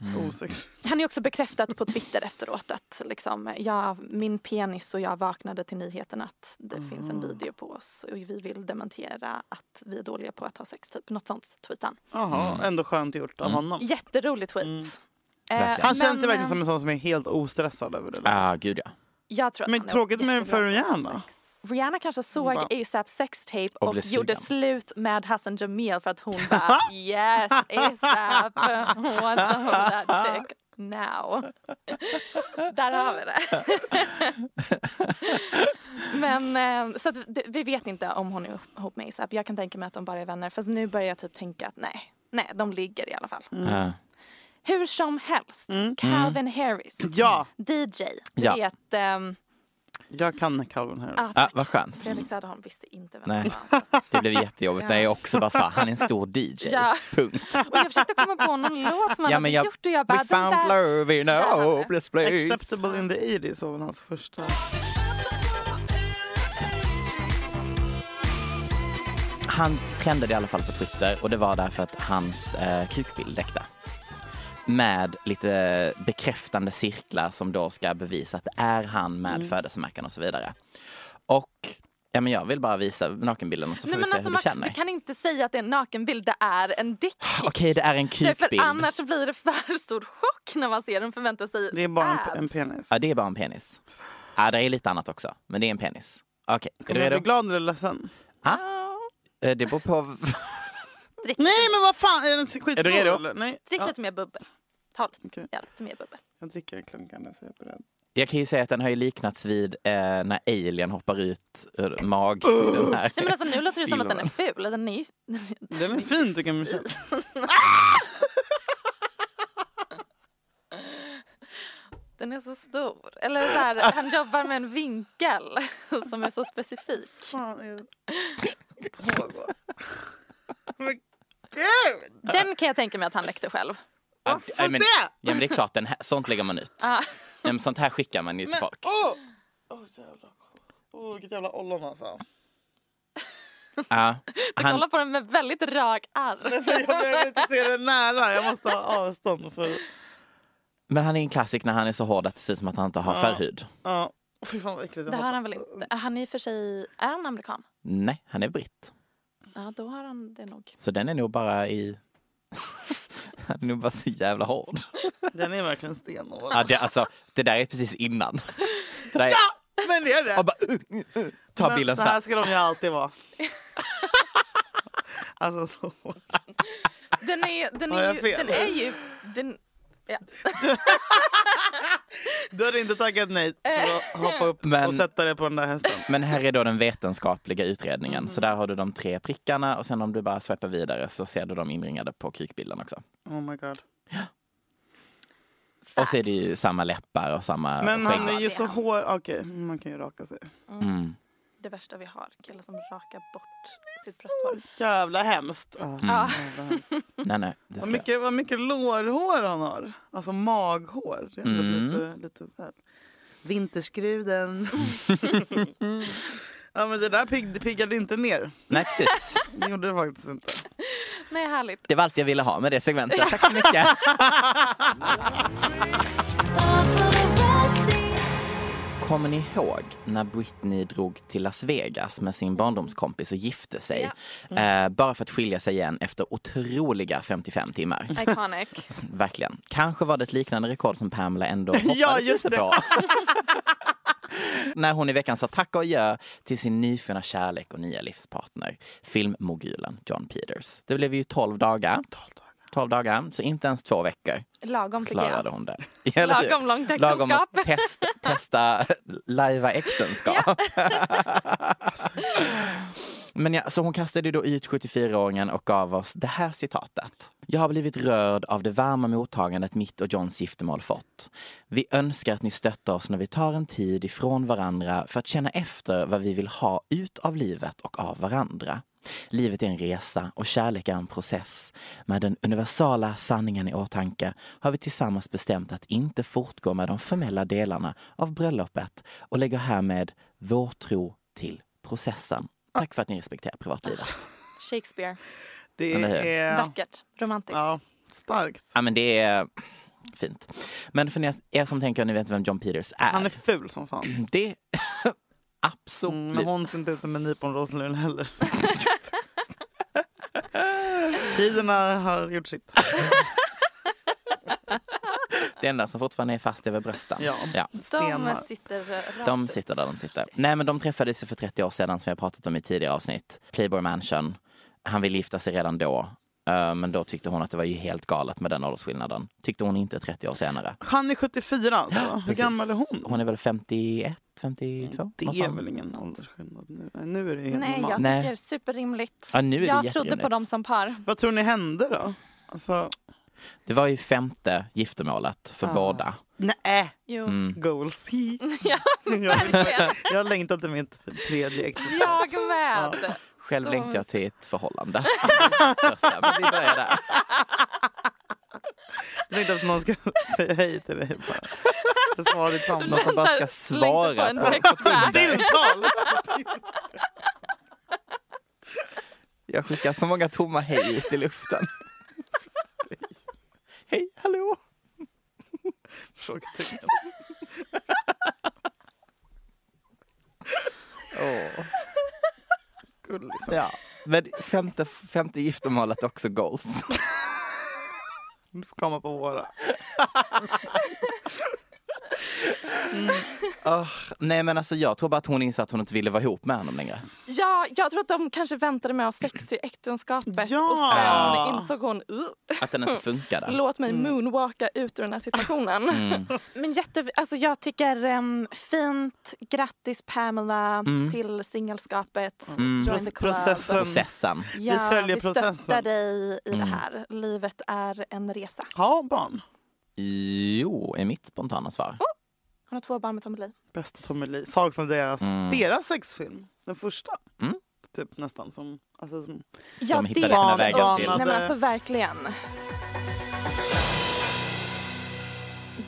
Speaker 2: Mm.
Speaker 3: Osex.
Speaker 1: han har ju också bekräftat på Twitter efteråt att liksom, ja, min penis och jag vaknade till nyheten att det
Speaker 3: Mm.
Speaker 1: finns en video på oss och vi vill dementera att vi är dåliga på att ha sex. Typ något sånt tweetade han.
Speaker 3: Jaha,
Speaker 2: Mm.
Speaker 3: ändå skönt gjort av honom.
Speaker 1: Jätterolig tweet. Eh,
Speaker 2: Verkligen.
Speaker 3: Mm. Han känns ju
Speaker 1: men,
Speaker 3: verkligen som en sån som är helt ostressad över det. där.
Speaker 2: ah, gud ja.
Speaker 1: Jag tror att
Speaker 3: Men
Speaker 1: han är
Speaker 3: tråkigt med
Speaker 1: jättebra
Speaker 3: för
Speaker 1: på
Speaker 3: Rihanna.
Speaker 1: sex. Rihanna kanske såg
Speaker 3: bara-
Speaker 1: ASAP sextape
Speaker 2: Och
Speaker 1: och
Speaker 2: blev
Speaker 1: gjorde
Speaker 2: sugen.
Speaker 1: slut med Hassan Jamil för att
Speaker 3: (laughs)
Speaker 1: hon bara yes ASAP (laughs) wants to hold that dick now. (laughs) Där har vi det. (laughs) Men eh, så att det- vi vet inte om hon är ihop med ASAP. Jag kan tänka mig att de bara är vänner. Fast nu börjar jag typ tänka att nej, nej, de ligger i alla fall.
Speaker 2: Ah.
Speaker 1: Hur som helst, Calvin
Speaker 2: Mm.
Speaker 1: Harris,
Speaker 3: Mm. Ja,
Speaker 1: DJ,
Speaker 2: Ja.
Speaker 1: vet ehm,
Speaker 3: jag kan Calvin Harris.
Speaker 1: Ah,
Speaker 2: Ah, vad skönt.
Speaker 1: Fredrik Söderholm visste inte vem
Speaker 2: Nej.
Speaker 1: det var. så att-
Speaker 2: Det blev jättejobbigt när jag också bara sa han är
Speaker 1: (laughs)
Speaker 2: en stor DJ.
Speaker 1: Ja.
Speaker 2: Punkt.
Speaker 1: Och jag försökte komma på
Speaker 2: (laughs)
Speaker 1: någon låt som han hade gjort och jag bara...
Speaker 2: we
Speaker 1: den
Speaker 2: found
Speaker 1: där-
Speaker 2: love in a hopeless place.
Speaker 3: Acceptable in the 80s var väl hans första.
Speaker 2: Han trendade i alla fall på Twitter och det var därför att hans eh, kukbild läckte. Med lite bekräftande cirklar som då ska bevisa att det är han med
Speaker 1: Mm.
Speaker 2: födelsemärken och så vidare. Och ja, men jag vill bara visa nakenbilden och så får
Speaker 1: Nej
Speaker 2: vi
Speaker 1: men
Speaker 2: se
Speaker 1: alltså
Speaker 2: hur
Speaker 1: Max,
Speaker 2: du
Speaker 1: du
Speaker 2: känner.
Speaker 1: kan inte säga att det är en nakenbild, det är en dick.
Speaker 2: Okej, det är en
Speaker 1: För
Speaker 2: kukbild.
Speaker 1: annars så blir det för stor chock när man ser den förvänta sig
Speaker 3: Det är bara en, en
Speaker 1: abs.
Speaker 3: penis.
Speaker 2: Ja, det är bara en penis. Ja, det är lite annat också, men det är en penis. Okej, är
Speaker 3: Kommer
Speaker 2: du
Speaker 3: jag bli
Speaker 2: redo?
Speaker 3: glad eller ledsen?
Speaker 2: Eh, Det beror på... (laughs)
Speaker 1: Drick,
Speaker 3: Nej men vad fan, är den skitstor
Speaker 2: Är du redo?
Speaker 3: eller? Nej.
Speaker 1: drick
Speaker 3: Ja,
Speaker 1: lite mer bubbel. Ta lite,
Speaker 3: Okej.
Speaker 1: ja, lite mer bubbel.
Speaker 3: jag dricker en klunk nu så jag är beredd.
Speaker 2: Jag kan ju säga att den har ju liknats vid eh, när alien hoppar ut ur mag. Den här.
Speaker 1: Nej men alltså nu låter det som att den är ful. Den är ju... (laughs)
Speaker 3: Den är fin tycker jag Michelle.
Speaker 1: Den är så stor. Eller så här, han jobbar med en vinkel (laughs) som är så specifik.
Speaker 3: fan är det (laughs) pågår? Men gud!
Speaker 1: Den kan jag tänka mig att han läckte själv.
Speaker 2: Ja,
Speaker 3: Får
Speaker 2: nej, men,
Speaker 3: se!
Speaker 2: ja, men det är klart, den här, sånt lägger man ut.
Speaker 1: Ah.
Speaker 2: Nej, men sånt här skickar man ju till
Speaker 3: Men (laughs)
Speaker 2: folk.
Speaker 3: åh! Åh jävlar. Åh vilket jävla ollon
Speaker 2: (laughs)
Speaker 3: alltså.
Speaker 2: Ja,
Speaker 1: Du
Speaker 2: han,
Speaker 1: kollar på den med väldigt rök arr.
Speaker 3: Jag behöver inte se det nära. Jag måste ha avstånd. För...
Speaker 2: men han är en klassiker när han är så hård att det ser ut som att han inte har förhud.
Speaker 3: Ja. Åh, Fy fan vad äckligt. Jag
Speaker 1: Det har
Speaker 3: hatar-
Speaker 1: han väl inte? Äh, Han är i och för sig... Är han amerikan?
Speaker 2: Nej, han är britt.
Speaker 1: Ja, då har han det nog.
Speaker 2: Så den är nog bara i... (laughs) han är nog bara så jävla hård.
Speaker 3: Den är verkligen stenhård.
Speaker 2: Ja, det, alltså, det där är precis innan. Det där är,
Speaker 3: Ja, men det är det.
Speaker 2: och bara, uh, uh, uh, ta
Speaker 3: Men
Speaker 2: bilden
Speaker 3: så här
Speaker 2: snabbt.
Speaker 3: ska de ju alltid
Speaker 2: (laughs)
Speaker 3: vara. alltså så.
Speaker 1: Den är, den
Speaker 3: Har
Speaker 1: är,
Speaker 3: jag
Speaker 1: ju,
Speaker 3: fel?
Speaker 1: den är ju... Den, ja.
Speaker 3: Du hade inte tackat nej för att hoppa upp
Speaker 2: Eh. Men-
Speaker 3: och sätta dig på den där hästen.
Speaker 2: Men här är då den vetenskapliga utredningen. Så
Speaker 3: Mm.
Speaker 2: där har du de tre prickarna och sen om du bara swipar vidare så ser du dem inringade på kukbilden också.
Speaker 3: Oh my god.
Speaker 2: Och så är det ju samma läppar och samma
Speaker 3: Men
Speaker 2: skägg.
Speaker 3: han är ju
Speaker 1: det är
Speaker 3: så
Speaker 1: han.
Speaker 3: hård. Okej, man kan ju raka sig.
Speaker 2: Mm.
Speaker 1: Det värsta vi har, killar som rakar bort sitt brösthår.
Speaker 3: Jävla hemskt. Ah, jävla hemskt.
Speaker 2: Nej, nej. Det
Speaker 3: Vad
Speaker 2: ska...
Speaker 3: mycket, vad mycket lårhår han har. Alltså maghår. Det är ändå
Speaker 2: Mm.
Speaker 3: lite, lite väl. Vinterskruden.
Speaker 2: (laughs)
Speaker 3: ja men det där pigg, det piggade inte ner.
Speaker 2: Nej, precis.
Speaker 3: Det gjorde det faktiskt inte.
Speaker 1: Nej, härligt.
Speaker 2: Det var allt jag ville ha med det segmentet. Tack
Speaker 3: (laughs)
Speaker 2: så mycket. Kommer ni ihåg när Britney drog till Las Vegas med sin barndomskompis och gifte sig? Eh, bara för att skilja sig igen efter otroliga 55 timmar.
Speaker 1: Iconic.
Speaker 2: Verkligen. Kanske var det ett liknande rekord som
Speaker 1: (laughs)
Speaker 2: Pamela ändå hoppades
Speaker 3: Ja, just
Speaker 2: lite
Speaker 3: det.
Speaker 2: på. (laughs) När hon i veckan sa tack och adjö till sin nyfunna kärlek och nya livspartner, filmmogulen John Peters. Det blev ju 12 dagar. 12 dagar. 12 dagar, så inte ens två veckor
Speaker 1: Lagom tycker jag.
Speaker 2: klarade hon det. (laughs) Eller hur?
Speaker 1: Lagom långt
Speaker 2: Lagom att
Speaker 1: äktenskap.
Speaker 2: test,
Speaker 1: (laughs)
Speaker 2: testa lajva äktenskap. Men ja, så hon kastade ju då ut 74-åringen och gav oss det här citatet. Jag har blivit rörd av det varma mottagandet mitt och Johns giftermål fått. Vi önskar att ni stöttar oss när vi tar en tid ifrån varandra för att känna efter vad vi vill ha ut av livet och av varandra. Livet är en resa och kärlek är en process. Med den universala sanningen i åtanke har vi tillsammans bestämt att inte fortgå med de formella delarna av bröllopet och lägger härmed vår tro till processen. Tack för att ni respekterar
Speaker 3: (laughs)
Speaker 2: privatlivet.
Speaker 1: Shakespeare.
Speaker 3: Det
Speaker 2: Eller hur?
Speaker 3: är
Speaker 1: Vackert. Romantiskt.
Speaker 3: ja, starkt.
Speaker 2: Ja, men det är fint. Men för er som tänker, ni vet inte vem John Peters är.
Speaker 3: Han är ful som fan.
Speaker 2: Det (laughs) absolut.
Speaker 3: Mm, Men hon ser inte ut som en nyponroslun
Speaker 2: (laughs)
Speaker 3: heller. Tiderna har gjort sitt.
Speaker 2: Det enda som fortfarande är fast är väl brösten.
Speaker 3: Ja.
Speaker 1: De
Speaker 3: Stenar.
Speaker 1: sitter rakt
Speaker 2: De sitter där de sitter. Nej men de träffades ju för 30 år sedan som vi har pratat om i tidigare avsnitt. Playboy Mansion. Han ville gifta sig redan då. Eh, Men då tyckte hon att det var ju helt galet med den åldersskillnaden. Tyckte hon inte 30 år senare.
Speaker 3: Han är 74 alltså. Hur
Speaker 2: Precis.
Speaker 3: gammal är hon?
Speaker 2: Hon är väl 51, 52?
Speaker 3: Det
Speaker 2: något
Speaker 3: är
Speaker 2: sånt.
Speaker 3: väl ingen åldersskillnad nu? Nej, Nu är det helt
Speaker 1: Nej, jag
Speaker 3: normalt.
Speaker 2: Nej.
Speaker 1: tycker superrimligt.
Speaker 2: Ja, nu är det
Speaker 1: jag trodde på
Speaker 2: jätterimligt.
Speaker 1: dem som par.
Speaker 3: Vad tror ni hände då? Alltså,
Speaker 2: Det var ju femte giftermålet
Speaker 3: Ah.
Speaker 2: för båda.
Speaker 3: nej,
Speaker 1: Jo.
Speaker 2: Mm.
Speaker 3: goals.
Speaker 1: (laughs)
Speaker 3: (laughs)
Speaker 1: Ja,
Speaker 3: jag,
Speaker 1: verkligen.
Speaker 3: Mm. jag längtar till mitt tredje äktenskap.
Speaker 1: Jag med.
Speaker 2: Själv
Speaker 1: Så-
Speaker 2: längtar jag till ett förhållande. (laughs) Första, men vi börjar där.
Speaker 3: Jag längtar att någon ska (laughs) säga hej till dig. Bara. Besvara ditt samtal.
Speaker 2: Någon som bara
Speaker 1: Längtar-
Speaker 2: ska svara.
Speaker 1: längtar på en
Speaker 2: på
Speaker 1: textback.
Speaker 2: Tinder.
Speaker 3: Tilltal!
Speaker 2: Jag skickar så många tomma hej ut i luften. (laughs) Hej, hallå!
Speaker 3: Frågetecken.
Speaker 2: Åh.
Speaker 3: Gullig sak.
Speaker 2: Ja. Men femte, femte giftermålet är också (laughs) goals.
Speaker 3: Du får komma på våra.
Speaker 2: Ah, nej men alltså jag tror bara att hon insåg att hon inte ville vara ihop med honom längre.
Speaker 1: Ja, jag tror att de kanske väntade med att ha sex i äktenskapet
Speaker 3: Ja. Mm.
Speaker 1: och sen insåg hon "Ugh,
Speaker 2: Att den (laughs) inte funkade.
Speaker 1: låt mig moonwalka ut ur den här situationen. Mm.
Speaker 2: Mm.
Speaker 1: Men jätte, alltså jag tycker em, fint, grattis Pamela
Speaker 3: Mm.
Speaker 1: till singelskapet. Join the club.
Speaker 3: Processen.
Speaker 2: Mm. Processen.
Speaker 1: Ja, vi,
Speaker 3: Mm. följer
Speaker 1: stöttar
Speaker 3: processen. Mm.
Speaker 1: dig i det här. Livet är en resa.
Speaker 3: Ha barn.
Speaker 2: Jo, är mitt spontana svar.
Speaker 1: Hon har två barn med Tommy Lee.
Speaker 3: Bästa Tommy Lee. Saknar deras, deras sexfilm. Den första. Typ nästan som... Alltså, som
Speaker 1: Ja,
Speaker 2: hittade
Speaker 1: det-
Speaker 3: Barn-
Speaker 2: sina
Speaker 1: alltså,
Speaker 2: vägar till.
Speaker 1: Nej men
Speaker 3: barnade-
Speaker 1: alltså verkligen.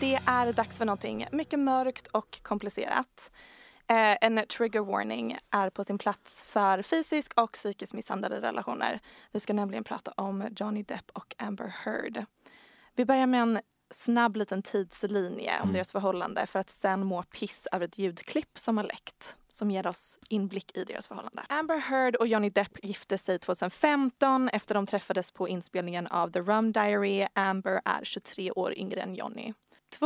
Speaker 1: det är dags för någonting mycket mörkt och komplicerat. Eh, en trigger warning är på sin plats för fysisk och psykisk misshandlade relationer. Vi ska nämligen prata om Johnny Depp och Amber Heard. Vi börjar med en snabb liten tidslinje om deras förhållande för att sen må piss över ett ljudklipp som har läckt som ger oss inblick i deras förhållande. Amber Heard och Johnny Depp gifte sig 2015 efter de träffades på inspelningen av The Rum Diary. Amber är 23 år yngre än Johnny.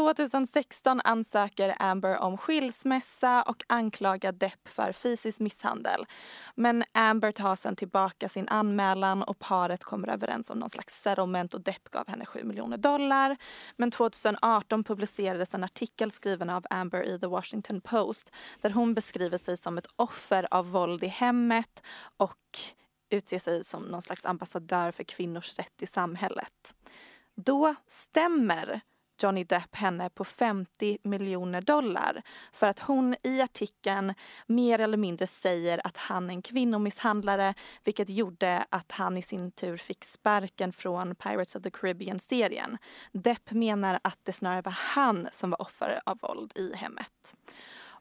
Speaker 1: 2016 ansöker Amber om skilsmässa och anklagar Depp för fysisk misshandel. Men Amber tar sen tillbaka sin anmälan och paret kommer överens om någon slags settlement och Depp gav henne 7 miljoner dollar. Men 2018 publicerades en artikel skriven av Amber i The Washington Post där hon beskriver sig som ett offer av våld i hemmet och utser sig som någon slags ambassadör för kvinnors rätt i samhället. Då stämmer Johnny Depp henne på 50 miljoner dollar för att hon i artikeln mer eller mindre säger att han är en kvinnomisshandlare vilket gjorde att han i sin tur fick sparken från Pirates of the Caribbean-serien. Depp menar att det snarare var han som var offer av våld i hemmet.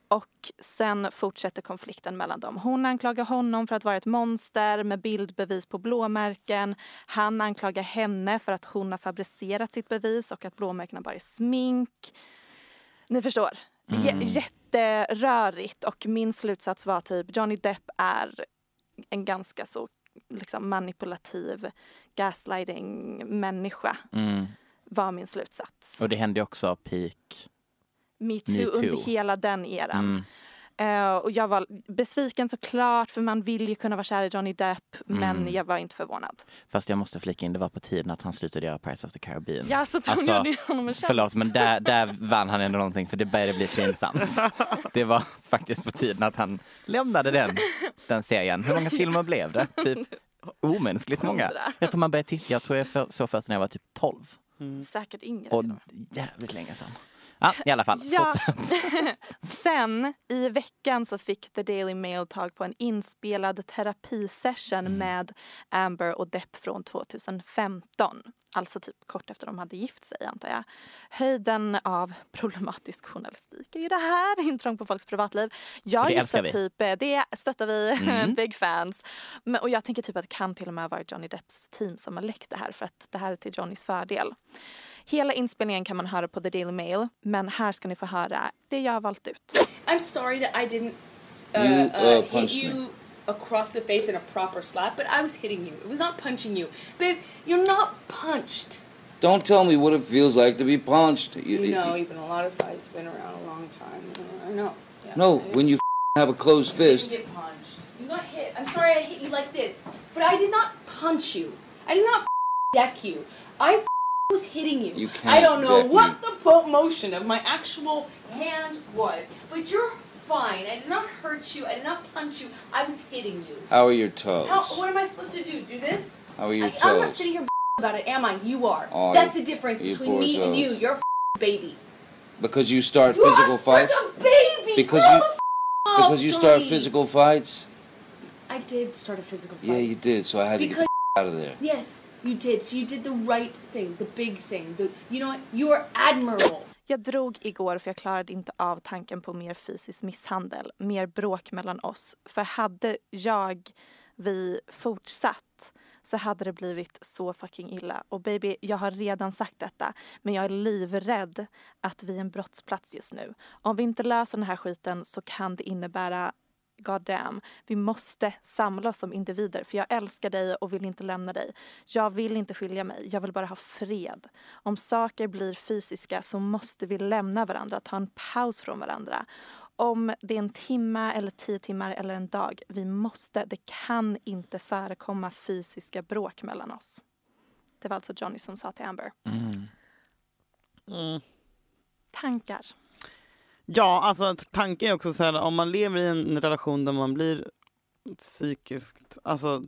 Speaker 1: Och sen fortsätter konflikten mellan dem. Hon anklagar honom för att vara ett monster med bildbevis på blåmärken. Han anklagar henne för att hon har fabricerat sitt bevis och att blåmärkena bara är smink. Ni förstår. Mm. Jätterörigt. Och min slutsats var typ Johnny Depp är en ganska så liksom, manipulativ gaslighting-människa.
Speaker 2: Mm.
Speaker 1: Var min slutsats.
Speaker 2: Och det hände ju också peak.
Speaker 1: metoo
Speaker 2: Me too.
Speaker 1: under hela den eran.
Speaker 2: Mm.
Speaker 1: Eh, och jag var besviken såklart för man vill ju kunna vara kär i Johnny Depp men
Speaker 2: Mm.
Speaker 1: jag var inte förvånad.
Speaker 2: Fast jag måste flika in, det var på tiden att han slutade göra Pirates of the Caribbean.
Speaker 1: Ja, så (laughs) tog
Speaker 2: Alltså,
Speaker 1: jag ner honom en tjänst.
Speaker 2: Förlåt men
Speaker 1: (laughs)
Speaker 2: där, där vann han ändå någonting för det började bli pinsamt. Det var faktiskt på tiden att han lämnade den, den serien. Hur många filmer blev det? Typ omänskligt många.
Speaker 1: Hundra.
Speaker 2: Jag tror man började titta, jag tror jag för, såg först när jag var typ 12.
Speaker 1: Säkert yngre.
Speaker 2: Och jävligt länge sedan. Ja, i alla fall.
Speaker 1: Ja. (laughs)
Speaker 2: Fortsätt.
Speaker 1: Sen i veckan så fick The Daily Mail tag på en inspelad terapisession
Speaker 2: Mm.
Speaker 1: med Amber och Depp från 2015. Alltså typ kort efter de hade gift sig antar jag. Höjden av problematisk journalistik är ju det här, (laughs) intrång på folks privatliv. Jag
Speaker 2: Det
Speaker 1: gissar
Speaker 2: älskar vi.
Speaker 1: typ, eh, det stöttar vi, (laughs) big fans. Men, och jag tänker typ att det kan till och med vara Johnny Depps team som har läckt det här för att det här är till Johnnys fördel. Hela inspelningen kan man höra på The Daily Mail men här ska ni få höra det jag har valt ut.
Speaker 5: I'm sorry that I didn't uh,
Speaker 6: You,
Speaker 5: uh,
Speaker 6: uh,
Speaker 5: hit
Speaker 6: punched
Speaker 5: you
Speaker 6: me.
Speaker 5: across the face in a proper slap, but I was hitting you. It was not punching you. Babe, you're not punched.
Speaker 6: Don't tell me what it feels like to be punched. You,
Speaker 5: You know, even a lot of fights been around a long time. I know. Yeah.
Speaker 6: No,
Speaker 5: You
Speaker 6: when you f- have a closed
Speaker 5: didn't
Speaker 6: fist.
Speaker 5: get punched. You got hit. I'm sorry I hit you like this, but I did not punch you. I did not deck you. I was hitting you.
Speaker 6: You can't
Speaker 5: I don't know
Speaker 6: deck
Speaker 5: what
Speaker 6: me.
Speaker 5: the po- motion of my actual hand was, but you're fine. I did not hurt you. I did not punch you. I was hitting you.
Speaker 6: How are your toes?
Speaker 5: How, what am I supposed to do? Do this?
Speaker 6: How are your
Speaker 5: I, I'm not
Speaker 6: toes?
Speaker 5: sitting here about it, am I? You are.
Speaker 6: Oh,
Speaker 5: That's the difference
Speaker 6: you
Speaker 5: between
Speaker 6: poor
Speaker 5: me and
Speaker 6: toes.
Speaker 5: you. You're a baby.
Speaker 6: Because you start
Speaker 5: You
Speaker 6: physical
Speaker 5: are
Speaker 6: fights?
Speaker 5: such a baby.
Speaker 6: Because
Speaker 5: Grow
Speaker 6: you-
Speaker 5: the f- up,
Speaker 6: Because you start
Speaker 5: Johnny.
Speaker 6: physical fights?
Speaker 5: I did start a physical fight.
Speaker 6: Yeah, you did, so I had to
Speaker 5: Because-
Speaker 6: get the f- out of there.
Speaker 5: Yes, you did. So you did the right thing, the big thing. The you know what? You are admirable.
Speaker 1: Jag drog igår för jag klarade inte av tanken på mer fysisk misshandel, mer bråk mellan oss. För hade jag, vi fortsatt så hade det blivit så fucking illa. Och baby, jag har redan sagt detta, men jag är livrädd att vi är en brottsplats just nu. Om vi inte löser den här skiten så kan det innebära God damn, vi måste samla oss som individer för jag älskar dig och vill inte lämna dig. Jag vill inte skilja mig, jag vill bara ha fred. Om saker blir fysiska så måste vi lämna varandra, ta en paus från varandra. Om det är en timme eller tio timmar eller en dag, vi måste, det kan inte förekomma fysiska bråk mellan oss. Det var alltså Johnny som sa till Amber. Tankar?
Speaker 3: Mm. Ja, alltså t- tanken är också så här, om man lever i en relation där man blir psykiskt, alltså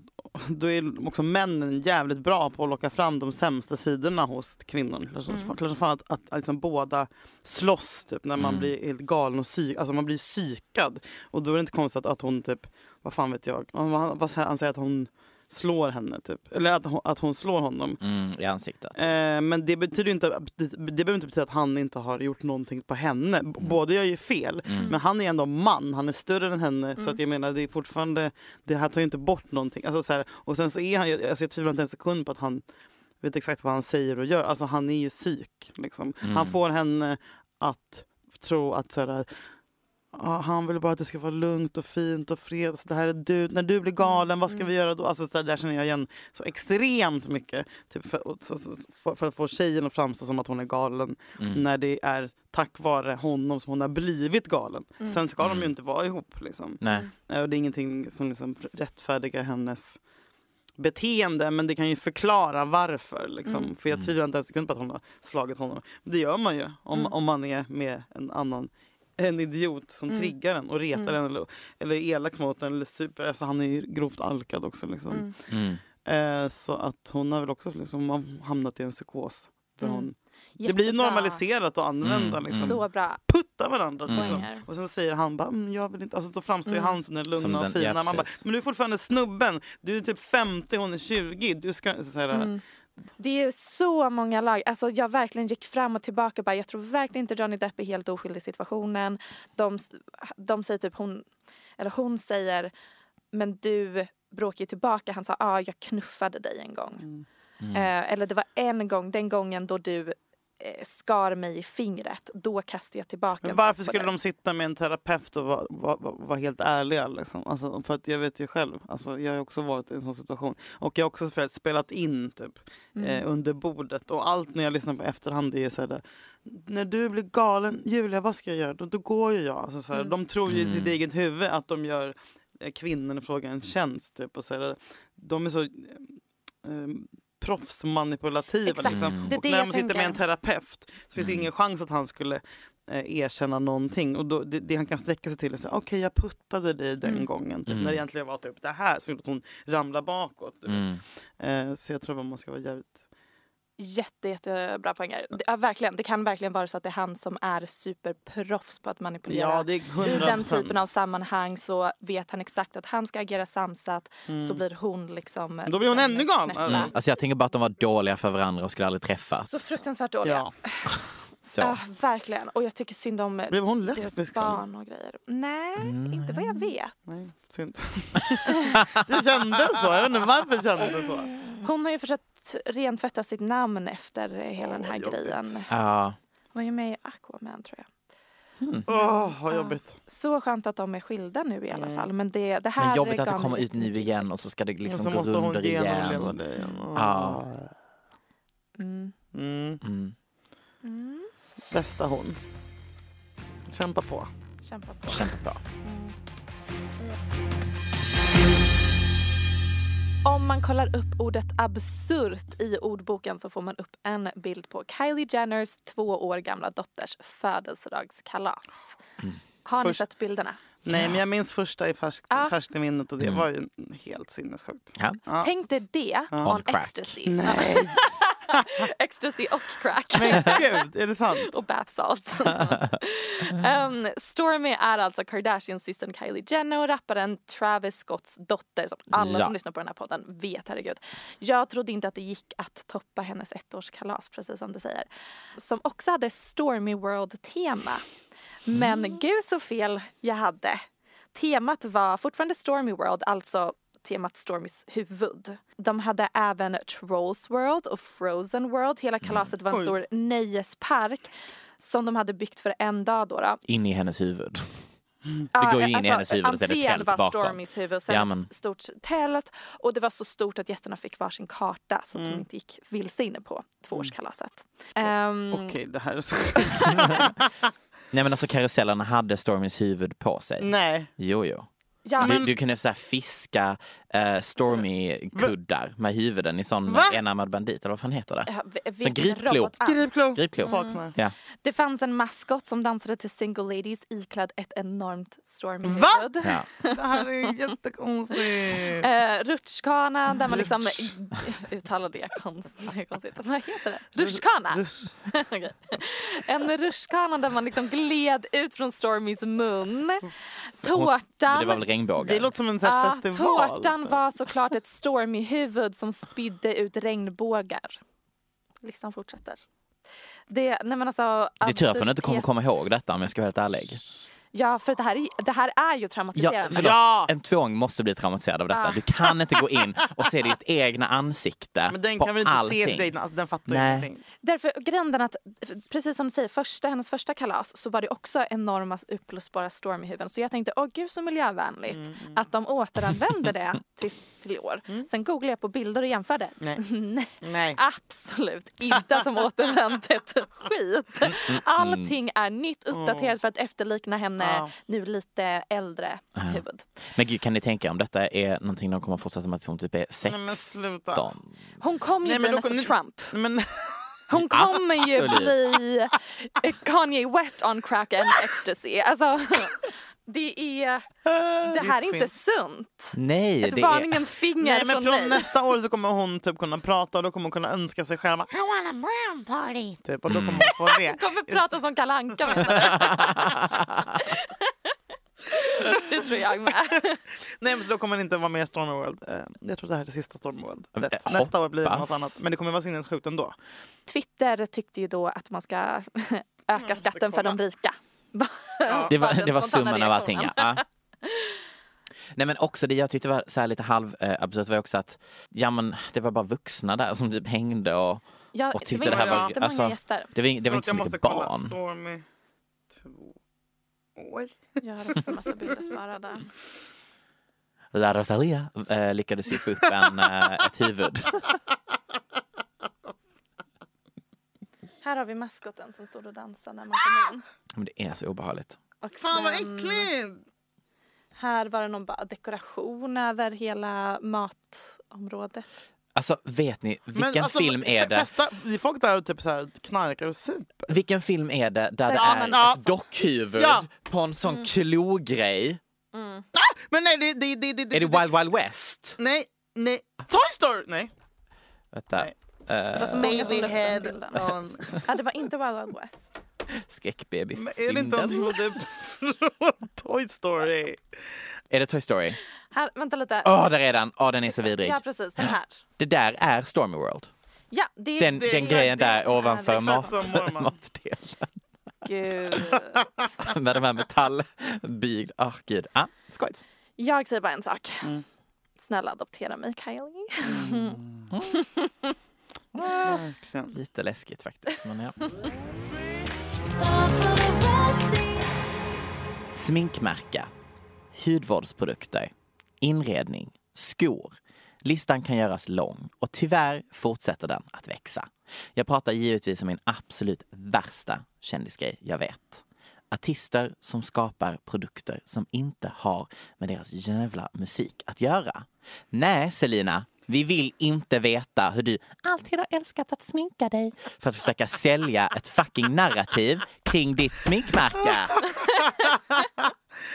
Speaker 3: då är också männen jävligt bra på att locka fram de sämsta sidorna hos kvinnor. Klart som fan- klart som fan att, att, att liksom båda slåss typ när man blir helt galen och psyk, alltså man blir psykad. Och då är det inte konstigt att, att hon typ, vad fan vet jag, han, han, han säger att hon slår henne. Typ. Eller att hon, att hon slår honom.
Speaker 2: Mm, I ansiktet.
Speaker 3: Eh, men det betyder ju inte, det, det behöver inte betyda att han inte har gjort någonting på henne. B- Båda gör ju fel. Men han är ändå man, han är större än henne. Så att jag menar, det är fortfarande, det här tar ju inte bort någonting. Alltså, så här, och sen så är han, ju- alltså, jag tvivlar inte en sekund på att han vet exakt vad han säger och gör. Alltså han är ju psyk. Liksom. Han får henne att tro att så här, "Ah, han vill bara att det ska vara lugnt och fint och fred. Så det här är du. När du blir galen, vad ska vi göra då? Alltså, så där, där känner jag igen så extremt mycket. Typ för, och så- så- för, för att få tjejen att framstå som att hon är galen.
Speaker 2: Mm.
Speaker 3: När det är tack vare honom som hon har blivit galen. Sen ska de ju inte vara ihop. Liksom.
Speaker 2: Nej.
Speaker 3: Eh, Och det är ingenting som liksom rättfärdigar hennes beteende men det kan ju förklara varför. Liksom.
Speaker 1: Mm.
Speaker 3: För jag tvivlar inte en sekund på att hon har slagit honom. Men det gör man ju om,
Speaker 1: Mm.
Speaker 3: om man är med en annan en idiot som
Speaker 1: Mm.
Speaker 3: triggar en och retar en eller, eller är elak mot en. Eller super, alltså han är ju grovt alkad också. Liksom.
Speaker 2: Mm.
Speaker 3: Eh, så att hon har väl också liksom, hamnat i en psykos. Där
Speaker 1: Mm.
Speaker 3: hon, det blir ju
Speaker 1: Jättebra.
Speaker 3: normaliserat att använda.
Speaker 2: Mm.
Speaker 3: Liksom.
Speaker 1: Så bra.
Speaker 3: putta varandra.
Speaker 2: Mm.
Speaker 3: Liksom.
Speaker 1: Poänger.
Speaker 3: Och sen säger han bara, mm, jag vill inte. Alltså, då framstår ju han som den lugna
Speaker 2: Som den-
Speaker 3: och fina.
Speaker 2: ja,
Speaker 3: Man bara,
Speaker 2: precis.
Speaker 3: men du är fortfarande snubben. Du är typ 50, hon är 20. Du ska... Så här,
Speaker 1: Det är så många lag. Alltså jag verkligen gick fram och tillbaka. Bara, jag tror verkligen inte Johnny Depp är helt oskyldig i situationen. De, de säger typ hon, eller hon säger, men du bråkar ju tillbaka. Han sa, ah, jag knuffade dig en gång.
Speaker 3: Mm.
Speaker 1: Eh, eller det var en gång, den gången då du eh, skar mig i fingret. Då kastade jag tillbaka
Speaker 3: Men
Speaker 1: en
Speaker 3: varför
Speaker 1: sak på
Speaker 3: skulle
Speaker 1: dig.
Speaker 3: de sitta med en terapeut och vara vara- vara- vara helt ärliga? Liksom? Alltså, för att jag vet ju själv, alltså, jag har ju också varit i en sån situation. Och jag har också spelat- spelat in typ, eh, under bordet. Och allt när jag lyssnar på efterhand det är så här, där, när du blir galen, Julia vad ska jag göra? Då, då går ju jag. Alltså, så här, De tror ju i sitt eget huvud att de gör eh, kvinnan i fråga en tjänst. Typ, och så här, de är så eh, eh, proffsmanipulativa.
Speaker 1: Exakt.
Speaker 3: Liksom.
Speaker 1: Mm. Det är
Speaker 3: och
Speaker 1: det
Speaker 3: när
Speaker 1: jag
Speaker 3: de sitter med
Speaker 1: tänker.
Speaker 3: en terapeut så
Speaker 2: Mm.
Speaker 3: finns det ingen chans att han skulle eh, erkänna någonting. Och då, det, det han kan sträcka sig till är så här, okej jag puttade dig den
Speaker 1: Mm.
Speaker 3: gången. Typ, När det egentligen var typ det här som gjorde att hon ramlade bakåt. du vet.
Speaker 2: Mm.
Speaker 3: Eh, så jag tror att man ska vara jävligt...
Speaker 1: Jätte, jättebra poänger. Det, ja, verkligen. det kan verkligen vara så att det är han som är superproffs på att manipulera.
Speaker 3: Ja det är 100%.
Speaker 1: I den typen av sammanhang så vet han exakt att han ska agera samsatt så blir hon liksom...
Speaker 3: Mm. Då blir hon
Speaker 1: den
Speaker 3: ännu galnare.
Speaker 1: knäppa.
Speaker 3: Mm.
Speaker 2: Alltså jag tänker bara att de var dåliga för varandra och skulle aldrig träffats.
Speaker 1: Så fruktansvärt dåliga.
Speaker 3: Mm. Ja.
Speaker 2: Så.
Speaker 1: Ah, verkligen. Och jag tycker synd om
Speaker 3: Blev hon
Speaker 1: deras
Speaker 3: lesbisk sen?
Speaker 1: barn och grejer. Nej,
Speaker 2: Mm.
Speaker 1: inte vad jag vet.
Speaker 3: Nej, synd. (laughs) det kändes så, jag vet inte varför kändes det så.
Speaker 1: Hon har ju försökt renfvätta sitt namn efter eh, hela den här grejen.
Speaker 2: Ja.
Speaker 1: Hon var ju med i Aquaman tror jag.
Speaker 3: Åh, vad jobbigt.
Speaker 1: Så skönt att de är skilda nu i alla
Speaker 3: Mm.
Speaker 1: fall. Men det, det här
Speaker 2: Men jobbigt att
Speaker 1: gav
Speaker 2: det
Speaker 1: mig
Speaker 2: kommer ut nu
Speaker 1: jättemycket.
Speaker 2: igen och så ska det
Speaker 3: Och
Speaker 2: liksom
Speaker 3: så
Speaker 2: gå
Speaker 3: måste hon
Speaker 2: runder
Speaker 3: genomleva
Speaker 2: igen.
Speaker 3: det igen. Åh.
Speaker 2: Ja.
Speaker 1: Mm.
Speaker 3: Mm.
Speaker 2: Mm.
Speaker 3: Bästa hon. Kämpa på.
Speaker 1: Kämpa på.
Speaker 2: Kämpa bra.
Speaker 1: Om man kollar upp ordet absurt i ordboken så får man upp en bild på Kylie Jenners två år gamla dotters födelsedagskalas.
Speaker 2: Mm.
Speaker 1: Har ni
Speaker 3: Först-
Speaker 1: sett bilderna?
Speaker 3: Nej men jag minns första i färskt,
Speaker 1: Ah.
Speaker 3: färskt i minnet och det
Speaker 2: Mm.
Speaker 3: var ju
Speaker 1: (laughs)
Speaker 3: helt sinnessjukt.
Speaker 2: Ja.
Speaker 3: Ja.
Speaker 1: Tänk dig det
Speaker 2: On
Speaker 1: on
Speaker 2: crack.
Speaker 1: ecstasy.
Speaker 3: Nej,
Speaker 1: (laughs) ecstasy och crack.
Speaker 3: men gud, är det sant?
Speaker 1: och bath salts. Ehm, Stormy är alltså Kardashians systern Kylie Jenner och rapparen Travis Scotts dotter som alla
Speaker 2: Ja.
Speaker 1: som lyssnar på den här podden vet, herregud. Jag trodde inte att det gick att toppa hennes ettårskalas, precis som du säger. Som också hade Stormy World-tema. Men gud så fel jag hade. Temat var fortfarande Stormy World, alltså temat Stormys huvud. De hade även Trolls World och Frozen World. Hela
Speaker 2: Mm.
Speaker 1: kalaset var en
Speaker 3: Oj.
Speaker 1: stor nöjespark som de hade byggt för en dag. Då då.
Speaker 2: In i hennes huvud.
Speaker 1: Ja,
Speaker 2: går ju in i hennes huvud och så är det
Speaker 1: entrén
Speaker 2: tält
Speaker 1: var
Speaker 2: bakom.
Speaker 1: Stormys huvud och sen
Speaker 2: Ja, men-
Speaker 1: ett stort tält. Och det var så stort att gästerna fick varsin karta så att
Speaker 2: Mm.
Speaker 1: de inte gick vilse inne på tvåårskalaset.
Speaker 2: Mm.
Speaker 1: Ehm,
Speaker 3: Okej, det här är så
Speaker 1: (laughs)
Speaker 2: Nej men alltså karusellerna hade Stormys huvud på sig.
Speaker 3: Nej.
Speaker 2: Jo jo.
Speaker 1: ja,
Speaker 2: Du, du kunde så här fiska eh, Stormy-kuddar med huvuden i sån
Speaker 3: Va?
Speaker 2: enarmad bandit eller vad fan heter det?
Speaker 1: Ja, v-
Speaker 2: Som
Speaker 1: vilken
Speaker 2: gripklo.
Speaker 1: robotarm.
Speaker 3: Gripklo.
Speaker 2: Gripklo. Mm.
Speaker 3: Saknar.
Speaker 2: Ja.
Speaker 1: Det fanns en maskot som dansade till Single Ladies iklädd ett enormt
Speaker 3: Va?
Speaker 1: stormhuvud.
Speaker 2: Ja.
Speaker 3: Det här är
Speaker 1: (laughs)
Speaker 3: jättekonstigt.
Speaker 1: Eh, rutschkana där man liksom... (laughs) Uttalar det konstigt. konstigt. Vad heter det? Rutschkana! (laughs) Okej. En rutschkana där man liksom gled ut från Stormys mun.
Speaker 2: Hon-
Speaker 1: Tårtan.
Speaker 2: Det var väl typ. regnbågar.
Speaker 3: Det låter som en sån här
Speaker 1: Ah,
Speaker 3: festival.
Speaker 1: Tårtan var såklart ett Stormy-huvud som spydde ut regnbågar. Listan fortsätter. Det, nej men alltså,
Speaker 2: det är tur att man inte kommer komma ihåg detta om jag ska vara helt ärlig.
Speaker 1: Ja, för det här, är- det här är ju
Speaker 2: Ja,
Speaker 1: traumatiserande.
Speaker 2: förlåt, En tvååring måste bli traumatiserad av
Speaker 3: Ah.
Speaker 2: detta. Du kan inte gå in och se ditt egna ansikte
Speaker 3: (laughs) Men den
Speaker 2: på
Speaker 3: kan väl inte
Speaker 2: allting.
Speaker 3: se till dig? Alltså, den fattar ju
Speaker 2: Nej.
Speaker 3: ingenting.
Speaker 1: Därför, gränden att, precis som du säger, första, hennes första kalas så var det också enorma uppblåsbara stormhuvuden. Så jag tänkte, åh gud så
Speaker 3: Mm,
Speaker 1: miljövänligt att de återanvänder
Speaker 3: (laughs)
Speaker 1: det till, till i år. Sen googlade jag på bilder och jämförde.
Speaker 3: Mm. Nej.
Speaker 1: (laughs)
Speaker 3: Mm.
Speaker 1: Nej.
Speaker 3: Nej.
Speaker 1: Absolut inte att de återvänt ett skit.
Speaker 3: Mm,
Speaker 1: Allting är nytt uppdaterat för att efterlikna henne
Speaker 3: Ja.
Speaker 1: nu lite äldre huvud.
Speaker 2: Men gud, kan ni tänka om detta är någonting de kommer fortsätta med tills hon typ är
Speaker 3: Nej, men
Speaker 2: 16?
Speaker 3: sluta.
Speaker 1: Hon kommer ju
Speaker 3: Nej,
Speaker 1: bli
Speaker 3: men då-
Speaker 1: nästa
Speaker 3: nu-
Speaker 1: Trump.
Speaker 3: Nej, Men,
Speaker 1: Hon kommer ju
Speaker 2: absolut.
Speaker 1: bli eh, Kanye West on crack and ecstasy. Alltså, (laughs) det är... Det här är inte
Speaker 3: finns.
Speaker 1: sunt.
Speaker 2: Nej,
Speaker 1: Ett
Speaker 2: det är...
Speaker 1: varningens finger
Speaker 3: (laughs) nej, men
Speaker 1: från,
Speaker 3: från
Speaker 1: mig.
Speaker 3: nästa år så kommer hon typ kunna prata och då kommer hon kunna önska sig själv I want a brown party. Typ, och då kommer hon
Speaker 1: (laughs)
Speaker 3: få det.
Speaker 1: kommer prata som Kalle Anka menar du?
Speaker 2: (laughs)
Speaker 1: Det tror jag med.
Speaker 3: Nej men så då kommer det inte vara med i Stormy World. Eh, Jag tror det här är det sista Stormy World.
Speaker 2: Eh,
Speaker 3: Det- Nästa år blir det något
Speaker 2: hoppas.
Speaker 3: annat. Men det kommer vara sinnessjukt ändå.
Speaker 1: Twitter tyckte ju då att man (laughs) ska öka skatten för
Speaker 3: kolla.
Speaker 1: de rika.
Speaker 2: (laughs) Det var, det
Speaker 1: spontana
Speaker 2: var summan av allting.
Speaker 1: reaktionen.
Speaker 2: Ja. Ja. Nej men också det jag tyckte var så här lite halv eh, absurt var ju också att ja men det var bara vuxna där som typ hängde och
Speaker 1: Jag,
Speaker 2: Och tyckte
Speaker 1: det
Speaker 2: det
Speaker 1: var
Speaker 2: här var-
Speaker 1: jättemånga
Speaker 2: alltså,
Speaker 1: gäster.
Speaker 2: det var, ing- det var
Speaker 3: Förlåt,
Speaker 2: inte så
Speaker 3: jag måste kolla.
Speaker 2: mycket barn.
Speaker 3: Stormy två år.
Speaker 1: Jag har också en massa bilder sparade.
Speaker 2: La Rosalia eh, lyckades ju få upp
Speaker 3: (laughs)
Speaker 2: en, eh, ett huvud.
Speaker 1: Här har vi maskoten som stod och dansade när man kom in.
Speaker 2: Men det är så obehagligt.
Speaker 1: Och
Speaker 3: Fan vad
Speaker 1: sen-
Speaker 3: äckligt!
Speaker 1: Här var det någon bara dekoration över hela matområdet.
Speaker 2: Alltså vet ni, vilken
Speaker 3: Men alltså,
Speaker 2: film är
Speaker 3: fe-
Speaker 2: det?
Speaker 3: Festa, vi folk där och typ så här knarkar och super.
Speaker 2: Vilken film är det där det
Speaker 1: Ja,
Speaker 2: är
Speaker 1: men
Speaker 2: ett
Speaker 1: alltså-
Speaker 2: dockhuvud
Speaker 3: Ja. Mm.
Speaker 2: på en sån klogrej?
Speaker 3: Men nej, det, det, det, det,
Speaker 2: Är det Wild Wild West?
Speaker 3: Nej, nej. Toy Story! Nej.
Speaker 2: Vänta,
Speaker 1: Det var så många som lyfte den bilden.
Speaker 2: (laughs)
Speaker 1: Ja, det var inte Wild Wild West.
Speaker 2: Eh,
Speaker 3: Men
Speaker 2: skräckbebis
Speaker 3: är det inte
Speaker 2: Svindel.
Speaker 3: någonting typ från (laughs) Toy Story?
Speaker 2: Är det Toy Story?
Speaker 1: Här, vänta lite.
Speaker 2: Åh, oh, där är den! Åh, den är så vidrig.
Speaker 1: Ja, precis. Den här.
Speaker 2: Det där är Stormy World.
Speaker 1: Ja, det är
Speaker 2: Den,
Speaker 1: det är
Speaker 2: den
Speaker 1: exakt
Speaker 2: grejen
Speaker 1: det
Speaker 2: där
Speaker 1: som är
Speaker 2: ovanför
Speaker 1: liksom-
Speaker 2: mat,
Speaker 3: som Mormon.
Speaker 2: matdelen. (laughs)
Speaker 1: Gud.
Speaker 2: Med de här metallbyggd... Åh, gud. Ah, skojigt.
Speaker 1: Jag säger bara en sak. Snälla adoptera mig, Kylie.
Speaker 2: Lite läskigt faktiskt. Men ja. Sminkmärke, hudvårdsprodukter, inredning, skor. Listan kan göras lång och tyvärr fortsätter den att växa. Jag pratar givetvis om min absolut värsta kändisgrej jag vet. Artister som skapar produkter som inte har med deras jävla musik att göra. Nej, Selina, vi vill inte veta hur du alltid har älskat att sminka dig för att försöka sälja ett fucking narrativ kring ditt sminkmärke.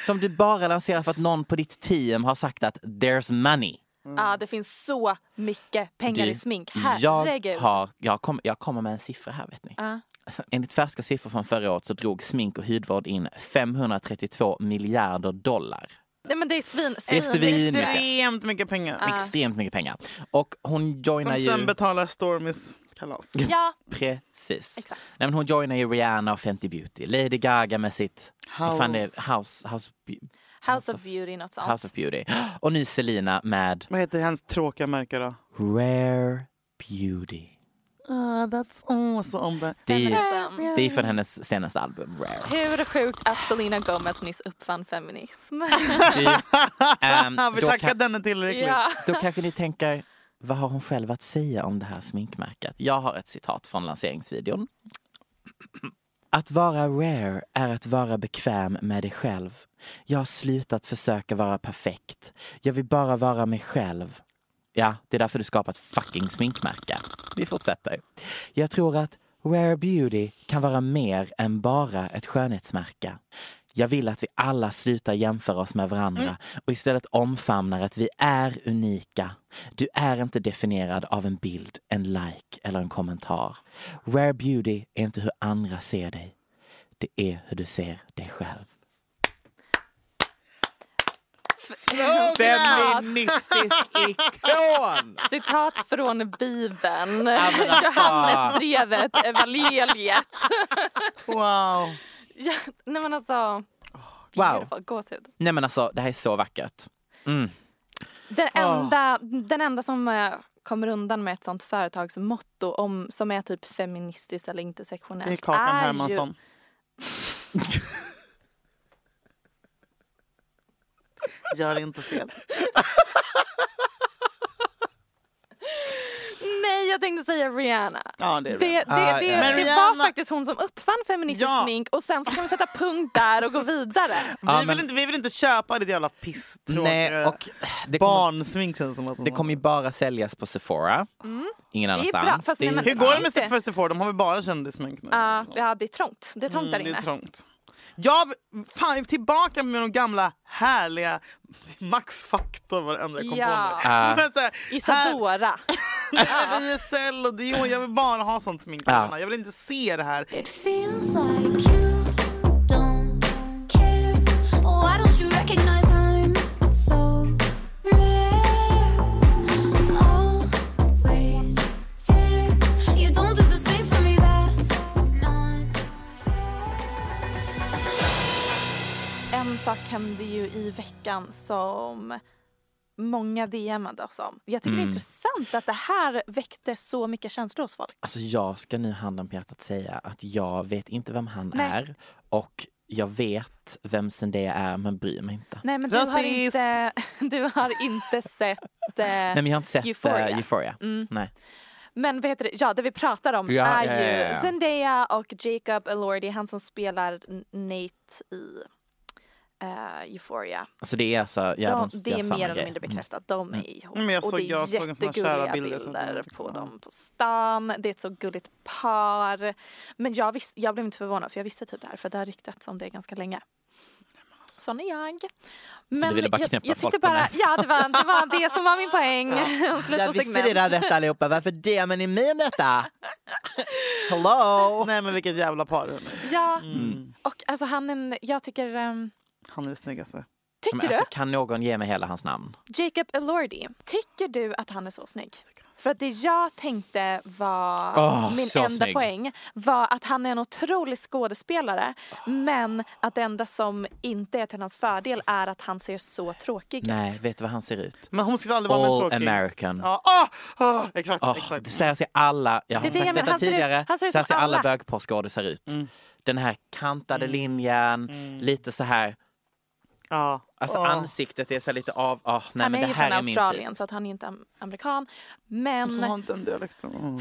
Speaker 2: Som du bara lanserar för att någon på ditt team har sagt att there's money.
Speaker 1: Ja, det finns så mycket pengar
Speaker 2: Du,
Speaker 1: i smink.
Speaker 2: Jag,
Speaker 1: Herregud.
Speaker 2: har, jag, kom, jag kommer med en siffra här vet ni. (laughs) Enligt färska siffror från förra året så drog smink och hudvård in 532 miljarder dollar.
Speaker 1: Nej, men det är svin.
Speaker 2: Det är
Speaker 1: svin.
Speaker 2: svinmycket.
Speaker 3: Extremt mycket pengar.
Speaker 2: Extremt mycket pengar. Och hon joinar
Speaker 3: Som
Speaker 2: ju...
Speaker 3: sen betalar Stormys kalas.
Speaker 1: Ja,
Speaker 2: Precis.
Speaker 1: Exakt.
Speaker 2: Nej, men hon joinar ju Rihanna och Fenty Beauty. Lady Gaga med sitt... Vad fan det är? House, house,
Speaker 1: House of Beauty, något sånt.
Speaker 2: house of Beauty. (gasps) Och nu Selina med
Speaker 3: Vad heter hans tråkiga märke då?
Speaker 2: Rare Beauty.
Speaker 3: Ah, that's awesome.
Speaker 2: Det
Speaker 1: Feminism.
Speaker 2: är, det är från hennes senaste album Rare.
Speaker 1: Hur sjukt att Selena Gomez nyss uppfann feminism.
Speaker 2: Vi, ehm,
Speaker 3: Ah, vi
Speaker 2: då,
Speaker 3: tackar
Speaker 2: kan,
Speaker 3: denne tillräckligt.
Speaker 1: ja.
Speaker 2: då kanske ni tänker, vad har hon själv att säga om det här sminkmärket? Jag har ett citat från lanseringsvideon. Att vara rare är att vara bekväm med dig själv. Jag har slutat försöka vara perfekt. Jag vill bara vara mig själv. Ja, det är därför du skapat fucking sminkmärke. Vi fortsätter. Jag tror att Rare Beauty kan vara mer än bara ett skönhetsmärke. Jag vill att vi alla slutar jämföra oss med varandra
Speaker 1: Mm.
Speaker 2: och istället omfamnar att vi är unika. Du är inte definierad av en bild, en like eller en kommentar. Rare Beauty är inte hur andra ser dig. Det är hur du ser dig själv. Feministisk ikon!
Speaker 1: Citat från Bibeln, Johannesbrevet, evangeliet.
Speaker 3: Wow.
Speaker 1: Ja, nej men alltså,
Speaker 2: Wow.
Speaker 1: beautiful, gåshud.
Speaker 2: Nej men alltså, det här är så vackert.
Speaker 1: Den
Speaker 3: Ah.
Speaker 1: enda, den enda som eh, kommer undan med ett sånt företagsmotto om, som är typ feministiskt eller
Speaker 3: Det är
Speaker 1: intersektionellt
Speaker 3: Kakan
Speaker 1: är (laughs)
Speaker 3: Hermansson. Gör inte fel.
Speaker 1: ju... Nej, jag tänkte säga Rihanna.
Speaker 3: Ja, det
Speaker 1: Det,
Speaker 3: är
Speaker 1: det,
Speaker 3: det.
Speaker 1: det,
Speaker 2: ja. Men
Speaker 1: det
Speaker 3: Rihanna-
Speaker 1: var faktiskt hon som uppfann feministisk
Speaker 3: Ja.
Speaker 1: smink och sen så kan vi sätta punkt där och gå
Speaker 3: (laughs)
Speaker 1: vidare.
Speaker 3: Vi,
Speaker 2: Ja,
Speaker 3: vill
Speaker 2: men-
Speaker 3: inte, vi vill inte köpa ditt jävla pisstråkiga
Speaker 2: Nej, och det kommer,
Speaker 3: barnsmink känns som att de
Speaker 2: det
Speaker 3: har.
Speaker 2: kommer ju bara säljas på Sephora. Ingen
Speaker 1: Mm. är bra,
Speaker 2: annanstans.
Speaker 1: fast nej, men-
Speaker 3: Hur går det med
Speaker 1: Just det.
Speaker 3: Sephora Sephora? De har väl bara kändissmink nu?
Speaker 1: Ja, ja, det är trångt. Det är trångt där
Speaker 3: Mm,
Speaker 1: inne.
Speaker 3: det är trångt. Jag vill- fan, jag är tillbaka med de gamla härliga Max Factor var det enda jag kom
Speaker 1: Ja.
Speaker 3: på
Speaker 2: Ah.
Speaker 3: nu. (laughs) Men så här, här,
Speaker 1: Isadora.
Speaker 3: här är ISL och Dior, jag vill bara ha sånt smink.
Speaker 2: Ja.
Speaker 3: Jag vill inte se det här.
Speaker 4: It feels like you don't care. Why don't you recognize I'm so rare? Always there. You don't do the same for me, that's not
Speaker 1: En sak hände ju i veckan som många DMade oss om. Jag
Speaker 2: Mm.
Speaker 1: tycker det är intressant att det här väckte så mycket känslor hos folk.
Speaker 2: Alltså jag ska nu handen på hjärtat säga att jag vet inte vem han
Speaker 1: Nej.
Speaker 2: är och jag vet vem Zendaya är men bryr mig inte.
Speaker 1: Nej men du har,
Speaker 3: Rasist!
Speaker 1: inte, (laughs) du har inte sett... Eh,
Speaker 2: Nej men jag har inte sett Euphoria.
Speaker 1: Euphoria. Mm.
Speaker 2: Euphoria. Nej.
Speaker 1: Men vad heter det? Ja, det vi pratar om
Speaker 2: Ja,
Speaker 1: är
Speaker 2: ja,
Speaker 1: ju
Speaker 2: ja, ja.
Speaker 1: Zendaya och Jacob Elordi, han som spelar N- Nate i eh, Euphoria.
Speaker 2: Alltså det är alltså, ja,
Speaker 1: de,
Speaker 2: de,
Speaker 1: det
Speaker 2: gör
Speaker 1: är
Speaker 2: samma
Speaker 1: mer eller
Speaker 2: grej.
Speaker 1: mindre
Speaker 2: Mm.
Speaker 1: bekräftat. De är ihop.
Speaker 3: Mm, Men jag
Speaker 1: och
Speaker 3: såg-
Speaker 1: det är
Speaker 3: jag såg en sån här kära
Speaker 1: jättegulliga
Speaker 3: bilder som jag
Speaker 1: bilder
Speaker 3: tyckte
Speaker 1: på
Speaker 3: var-
Speaker 1: dem på stan. Det är ett så gulligt par. Men jag, visst, jag blev inte förvånad för jag visste typ det här för det har ryktats om det ganska länge. Sån är jag. Men
Speaker 2: ville bara knäppa
Speaker 1: jag, jag
Speaker 2: folk
Speaker 1: tyckte
Speaker 2: på
Speaker 1: bara,
Speaker 2: näsan.
Speaker 1: ja det var, det var det som var min poäng. (laughs) Slut på segment.
Speaker 2: detta allihopa, varför DMar ni mig
Speaker 1: (laughs)
Speaker 2: om detta? Hello!
Speaker 3: Nej men vilket jävla par. hörni.
Speaker 1: Ja,
Speaker 2: Mm.
Speaker 1: och alltså han är en, jag tycker, ehm,
Speaker 3: Han är det snyggaste.
Speaker 1: tycker
Speaker 2: Men alltså, kan någon ge mig hela hans namn?
Speaker 1: du, Jacob Elordi, tycker du att han är så snygg? För att det jag tänkte var,
Speaker 2: Åh,
Speaker 1: min
Speaker 2: Ah, så
Speaker 1: enda
Speaker 2: snygg.
Speaker 1: poäng var att han är en otrolig skådespelare men att det enda som inte är till hans fördel är att han ser så tråkig
Speaker 2: Nej,
Speaker 1: ut.
Speaker 2: vet du vad han ser ut?
Speaker 3: Men hon skulle aldrig vara
Speaker 2: All
Speaker 3: med tråkig.
Speaker 2: American.
Speaker 3: Ja, ah, ah, exakt,
Speaker 2: Åh,
Speaker 3: exakt.
Speaker 2: det säger sig alla, jag har
Speaker 1: Det är det
Speaker 2: sagt
Speaker 1: jag menar,
Speaker 2: detta
Speaker 1: han ser ut-
Speaker 2: tidigare,
Speaker 1: han ser ut
Speaker 2: så här
Speaker 1: som
Speaker 2: ser alla
Speaker 1: alla. Mm.
Speaker 2: bögpåskådor ser ut. Den här kantade linjen, lite så här,
Speaker 3: Ja.
Speaker 2: alltså
Speaker 3: Åh.
Speaker 2: ansiktet är så här lite av, åh, nej
Speaker 1: han
Speaker 2: men
Speaker 1: är
Speaker 2: det
Speaker 1: ju
Speaker 2: här
Speaker 1: från
Speaker 2: är min typ.
Speaker 1: Australien så att han är inte am- amerikan. Men
Speaker 3: Så har inte den dialekten. Mm.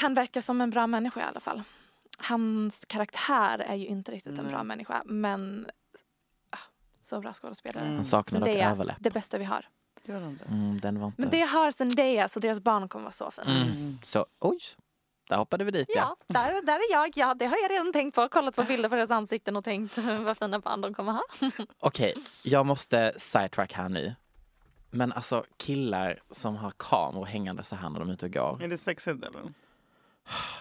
Speaker 1: Han verkar som en bra människa i alla fall. Hans karaktär är ju inte riktigt en
Speaker 2: Mm.
Speaker 1: bra människa men ah, så bra skådespelare.
Speaker 2: Han saknar dock
Speaker 1: Zendaya,
Speaker 2: överläpp.
Speaker 1: Mm. det bästa vi har.
Speaker 3: Gör den det?
Speaker 2: Mm, den var inte...
Speaker 1: Men det har Zendaya så deras barn kommer vara så fina.
Speaker 2: Mm. Så, oj, där hoppade vi dit
Speaker 1: Ja,
Speaker 2: (laughs)
Speaker 1: där, där är jag. Ja, det har jag redan tänkt på. Kollat på bilder på deras ansikten och tänkt (laughs) vad fina barn de kommer ha.
Speaker 2: Okej, jag måste sidetrack här nu. Men alltså killar som har kameror hängande så här när de är ute och går.
Speaker 3: Är det sexigt eller?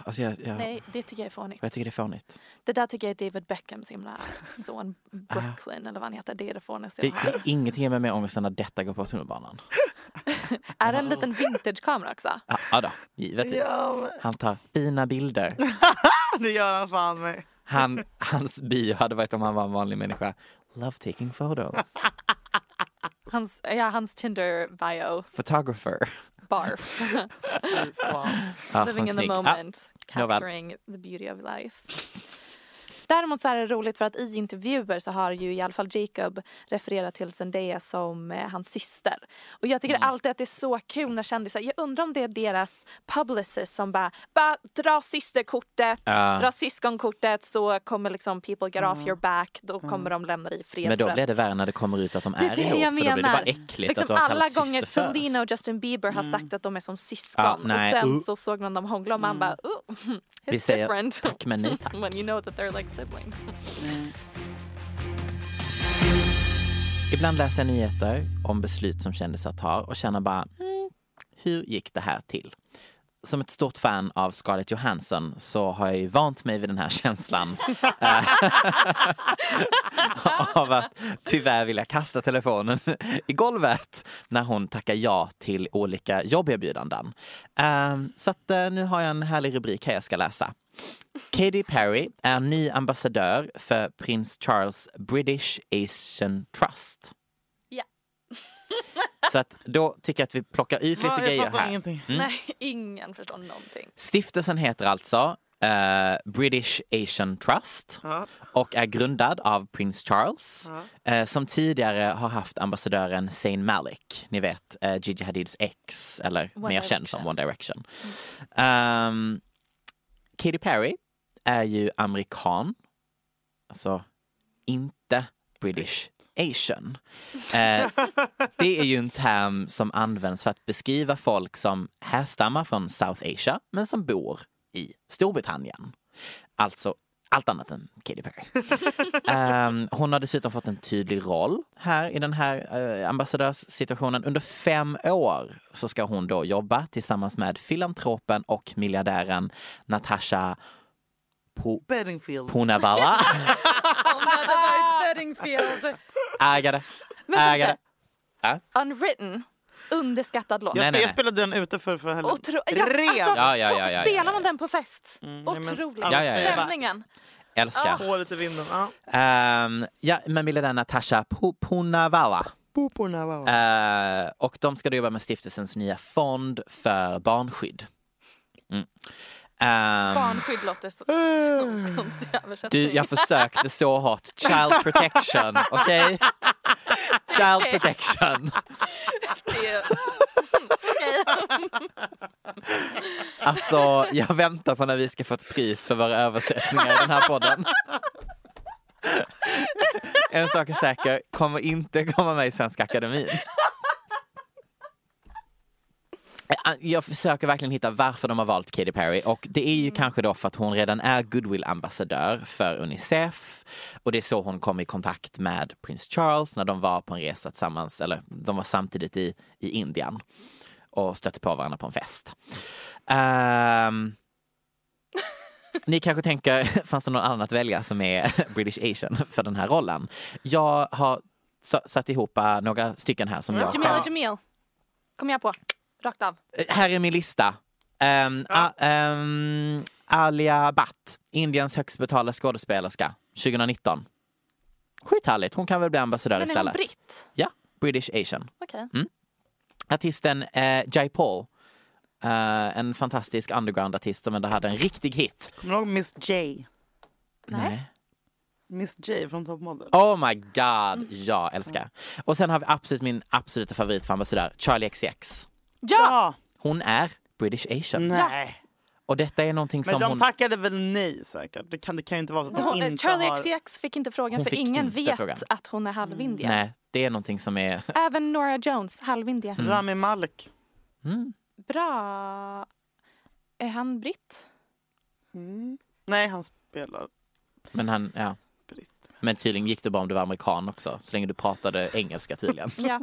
Speaker 2: Alltså jag, jag,
Speaker 1: Nej, det tycker jag är fånigt.
Speaker 2: jag tycker det är fånigt.
Speaker 1: Det där tycker jag är David Beckhams himla
Speaker 2: (laughs)
Speaker 1: son Brooklyn eller vad han heter. Det är det fånigaste
Speaker 2: Det,
Speaker 1: jag har.
Speaker 2: det, inget ger mig mer ångest än när detta går på tunnelbanan.
Speaker 1: Är det en liten vintagekamera också?
Speaker 2: Ja, Ja då, givetvis. Han tar fina bilder.
Speaker 3: Det gör han fan med.
Speaker 2: Han, (laughs) hans bio hade varit om han var en vanlig människa. Love taking
Speaker 1: (laughs)
Speaker 2: photos.
Speaker 1: Hans, ja, hans Tinder-bio.
Speaker 2: Photographer.
Speaker 1: Barf.
Speaker 2: (laughs)
Speaker 3: Fy fan.
Speaker 2: Ja,
Speaker 1: Living in
Speaker 2: fan,
Speaker 1: the
Speaker 2: snygg. Ja,
Speaker 1: moment,
Speaker 2: nåväl.
Speaker 1: capturing the beauty of life. Däremot så är det roligt för att i intervjuer så har ju i alla fall Jacob refererat till Zendaya som eh, hans syster. Och jag tycker
Speaker 2: Mm.
Speaker 1: alltid att det är så kul när kändisar, jag undrar om det är deras publicist som bara, bara dra systerkortet,
Speaker 2: Ja. Mm.
Speaker 1: dra syskonkortet så kommer liksom people get off your back, då kommer de lämna dig i fred.
Speaker 2: Men då
Speaker 1: för
Speaker 2: blir
Speaker 1: att-
Speaker 2: det värre när det kommer ut att de
Speaker 1: det
Speaker 2: är
Speaker 1: är det
Speaker 2: ihop.
Speaker 1: jag
Speaker 2: För då
Speaker 1: menar.
Speaker 2: blir det bara äckligt
Speaker 1: liksom
Speaker 2: att du har
Speaker 1: alla
Speaker 2: kallat
Speaker 1: gånger
Speaker 2: syster först. Mm.
Speaker 1: Selena och Justin Bieber har sagt att de är som syskon.
Speaker 2: Ja, nej,
Speaker 1: Och sen
Speaker 2: uh. Mm.
Speaker 1: så såg man dem hångla och man bara oh, (laughs) it's
Speaker 2: Vi säger
Speaker 1: different.
Speaker 2: tack, men nej
Speaker 1: (laughs)
Speaker 2: tack. Mm.
Speaker 1: When you know that they're like siblings.
Speaker 2: Ibland läser jag nyheter om beslut som kändisar tar och känner bara, mm, hur gick det här till? som ett stort fan av Scarlett Johansson så har jag ju vant mig vid den här känslan eh, (laughs) av att tyvärr vilja kasta telefonen i golvet när hon tackar ja till olika jobberbjudanden. Ehm, så att, eh, nu har jag en härlig rubrik här jag ska läsa. Katy Perry är ny ambassadör för prins Charles British Asian Trust.
Speaker 1: Ja.
Speaker 2: Så att då tycker jag att vi plockar ut lite
Speaker 3: Ja, jag
Speaker 2: grejer
Speaker 3: fattar
Speaker 2: här. Mm.
Speaker 3: ingenting.
Speaker 1: (laughs) Nej, ingen förstår
Speaker 2: (laughs)
Speaker 1: någonting.
Speaker 2: Stiftelsen heter alltså eh, British Asian Trust och är grundad av prins Charles eh, som tidigare har haft ambassadören Zayn Malik, ni vet eh, Gigi Hadids ex eller mer känd som One Direction. Ehm, Katy Perry är ju amerikan, alltså inte British Asian. Eh, (laughs) det är ju en term som används för att beskriva folk som härstammar från South Asia men som bor i Storbritannien. Alltså allt annat än Katy Perry. Ehm, hon har dessutom fått en tydlig roll här i den här eh, ambassadörssituationen. Under fem år så ska hon då jobba tillsammans med filantropen och miljardären Natasha Po-
Speaker 3: Bedingfield.
Speaker 2: Ponavala.
Speaker 1: Om det hade varit Bedingfield.
Speaker 2: Ägare. Ägare.
Speaker 1: Unwritten. Underskattad låt.
Speaker 3: Jag,
Speaker 2: Nej,
Speaker 3: spe-
Speaker 2: nej,
Speaker 3: jag
Speaker 2: nej.
Speaker 3: spelade den ute för förra helgen.
Speaker 1: Otro- ja, alltså,
Speaker 2: Ja, ja, ja, ja, ja,
Speaker 1: spelar
Speaker 2: ja. Mm,
Speaker 1: man den på fest?
Speaker 3: nej, men-
Speaker 1: Otroligt.
Speaker 3: Ja,
Speaker 2: ja, ja, Mm. ja.
Speaker 1: Stämningen.
Speaker 2: Älskar.
Speaker 3: På lite vinden. Ja.
Speaker 2: Ehm, ja, men ville den Natasha Po- Ponavala.
Speaker 3: Poporna, wow.
Speaker 2: Eh, och de ska då jobba med stiftelsens nya fond för barnskydd. Mm. Ehm,
Speaker 1: Barnskydd låter så, så konstig översättning.
Speaker 2: Mm. du, jag försökte så hårt. Child protection, okej? Child protection.
Speaker 1: Det är- Okej.
Speaker 2: Alltså, jag väntar på när vi ska få ett pris för våra översättningar i den här podden. En sak är säker, kommer inte komma med i Svenska Akademin. Eh, Jag försöker verkligen hitta varför de har valt Katy Perry och det är ju kanske då för att hon redan är goodwill-ambassadör för Unicef och det är så hon kom i kontakt med prins Charles när de var på en resa tillsammans, eller de var samtidigt i, i Indien och stötte på varandra på en fest. Ehm, ni kanske tänker, (laughs) fanns det någon annan att välja som är (laughs) British Asian för den här rollen? Jag har sa- satt ihop eh, några stycken här som jag
Speaker 1: Jamil
Speaker 2: själv-
Speaker 1: och Jamil. Kom jag på. Rakt av.
Speaker 2: här är min lista. Ehm, a, ehm, Alia Bhatt, Indiens högst betalda skådespelerska, 2019. Skithärligt, hon kan väl bli ambassadör
Speaker 1: Men är hon
Speaker 2: istället.
Speaker 1: britt?
Speaker 2: ja, British Asian.
Speaker 1: Okej.
Speaker 2: Artisten eh, Jai Paul, eh, en fantastisk underground-artist som ändå hade en riktig hit.
Speaker 3: Kommer du ihåg Miss J?
Speaker 2: Nej.
Speaker 3: Miss J från Top Model.
Speaker 2: Oh my god, ja älskar. Och sen har vi absolut min absoluta favorit för ambassadör, Charlie XCX.
Speaker 3: Ja!
Speaker 2: Hon är British Asian.
Speaker 3: Nej.
Speaker 2: Och detta är någonting
Speaker 3: Men
Speaker 2: som
Speaker 3: de
Speaker 2: hon...
Speaker 3: tackade väl nej säkert? Det kan, det kan ju inte vara så att de
Speaker 1: Hon,
Speaker 3: inte
Speaker 1: Charlie E.
Speaker 3: har...
Speaker 1: XCX fick inte frågan
Speaker 2: Hon
Speaker 1: för
Speaker 2: fick
Speaker 1: ingen
Speaker 2: inte
Speaker 1: vet
Speaker 2: frågan. Mm.
Speaker 1: att hon är halvindier.
Speaker 2: Nej, det är någonting som är... (laughs)
Speaker 1: Även Nora Jones, halvindier.
Speaker 2: Mm.
Speaker 3: Rami Malek.
Speaker 1: Bra. Är han britt?
Speaker 3: Nej, han spelar
Speaker 2: Men han, ja.
Speaker 3: britt.
Speaker 2: Men tydligen gick det bara om du var amerikan också, så länge du pratade
Speaker 3: (laughs)
Speaker 2: engelska tydligen. (laughs)
Speaker 1: Ja.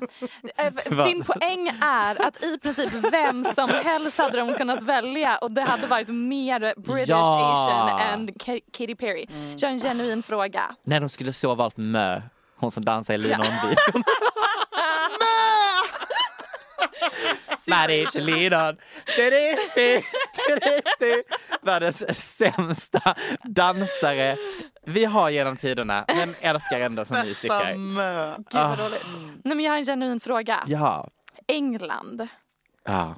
Speaker 1: Eh,
Speaker 2: var-
Speaker 1: Din poäng är att i princip vem som helst hade de kunnat välja och det hade varit mer British
Speaker 2: Ja. Mm.
Speaker 1: Asian än Ka- Katy Perry. Kör en genuin fråga.
Speaker 2: När de skulle så ha valt Mö, hon som dansar i Lina ja.
Speaker 3: (laughs)
Speaker 2: (laughs) on Mö! Linon. Världens sämsta dansare vi har genom tiderna, men älskar ändå som musiker.
Speaker 3: Samma.
Speaker 1: Gud vad roligt. Nej, men jag har en genuin fråga.
Speaker 2: Ja.
Speaker 1: England,
Speaker 2: ja.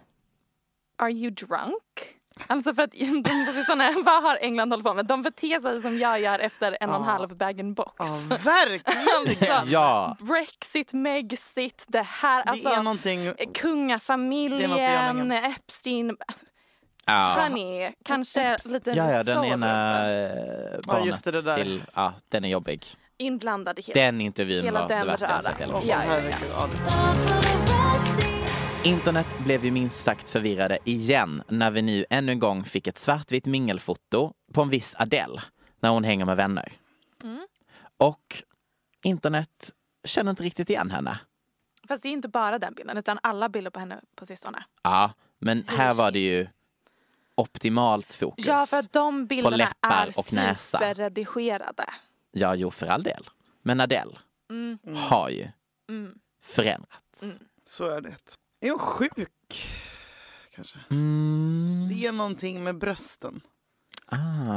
Speaker 1: are you drunk? Alltså för att (laughs) de på sistone, vad har England hållit på med? De beter sig som jag gör efter en och en halv bag-in-box.
Speaker 3: Ja,
Speaker 1: (laughs)
Speaker 3: verkligen!
Speaker 2: Ah. (laughs) Ja.
Speaker 1: Alltså, Brexit, Megxit, det här. Alltså,
Speaker 3: det är någonting... Det är något i
Speaker 1: Kungafamiljen,
Speaker 3: ordningen.
Speaker 1: Epstein.
Speaker 2: ja.
Speaker 1: Honey, kanske lite
Speaker 2: Ah. Ja, ja, den
Speaker 1: soul
Speaker 2: ena eh, barnet
Speaker 3: just det, det där.
Speaker 2: till, ja, den är jobbig.
Speaker 1: inblandad i hela.
Speaker 2: Den intervjun
Speaker 1: Hela
Speaker 2: var det
Speaker 1: den
Speaker 2: värsta jag
Speaker 1: röran.
Speaker 2: sett i hela mitt
Speaker 1: Ja,
Speaker 2: liv.
Speaker 1: ja, ja.
Speaker 3: Herregud, ja, det-
Speaker 2: Internet blev ju minst sagt förvirrade igen när vi nu ännu en gång fick ett svartvitt mingelfoto på en viss Adele när hon hänger med vänner. Och internet känner inte riktigt igen henne.
Speaker 1: Fast det är inte bara den bilden utan alla bilder på henne på sistone.
Speaker 2: Ja, men här var det ju optimalt fokus.
Speaker 1: Ja, för att de bilderna
Speaker 2: läppar
Speaker 1: är
Speaker 2: och näsa.
Speaker 1: superredigerade.
Speaker 2: Ja, jo för all del. Men Adele har ju förändrats.
Speaker 3: Så är det. Är hon sjuk? Kanske.
Speaker 2: Mm.
Speaker 3: Det är någonting med brösten.
Speaker 2: Ah.